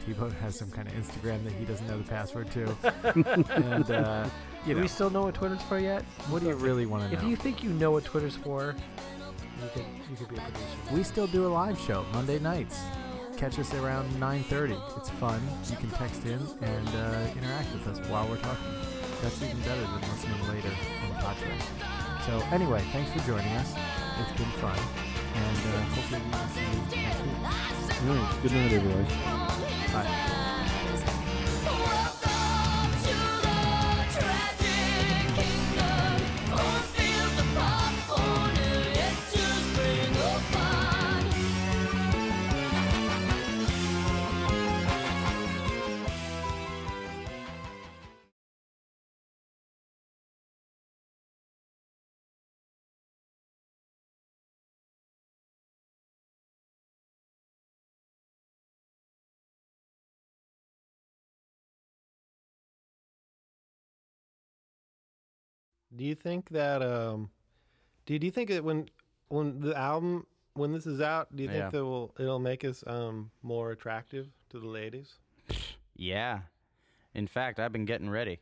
Speaker 3: T-Bone has some kind of Instagram that he doesn't know the password to. and, uh,
Speaker 1: do
Speaker 3: you know,
Speaker 1: we still know what Twitter's for yet?
Speaker 3: what do you really want to
Speaker 1: If
Speaker 3: know?
Speaker 1: you think you know what Twitter's for, you could you could be a producer.
Speaker 3: we still do a live show Monday nights. Catch us around 9.30. It's fun. You can text in and uh, interact with us while we're talking. That's even better than listening later on the podcast. So anyway, thanks for joining us. It's been fun. And uh, hopefully we will see you next week.
Speaker 2: All right. Good night, everybody.
Speaker 3: Bye.
Speaker 4: Welcome to the tragic kingdom. Cornfields of popcorn and yet to spring upon.
Speaker 5: Do you think that um do you, do you think that when when the album when this is out, do you
Speaker 6: Yeah.
Speaker 5: think that will it'll make us um more attractive to the ladies?
Speaker 6: Yeah. In fact, I've been getting ready.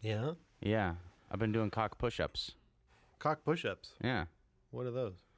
Speaker 5: Yeah.
Speaker 6: Yeah. I've been doing cock push ups.
Speaker 5: Cock push ups.
Speaker 6: Yeah.
Speaker 5: What are those?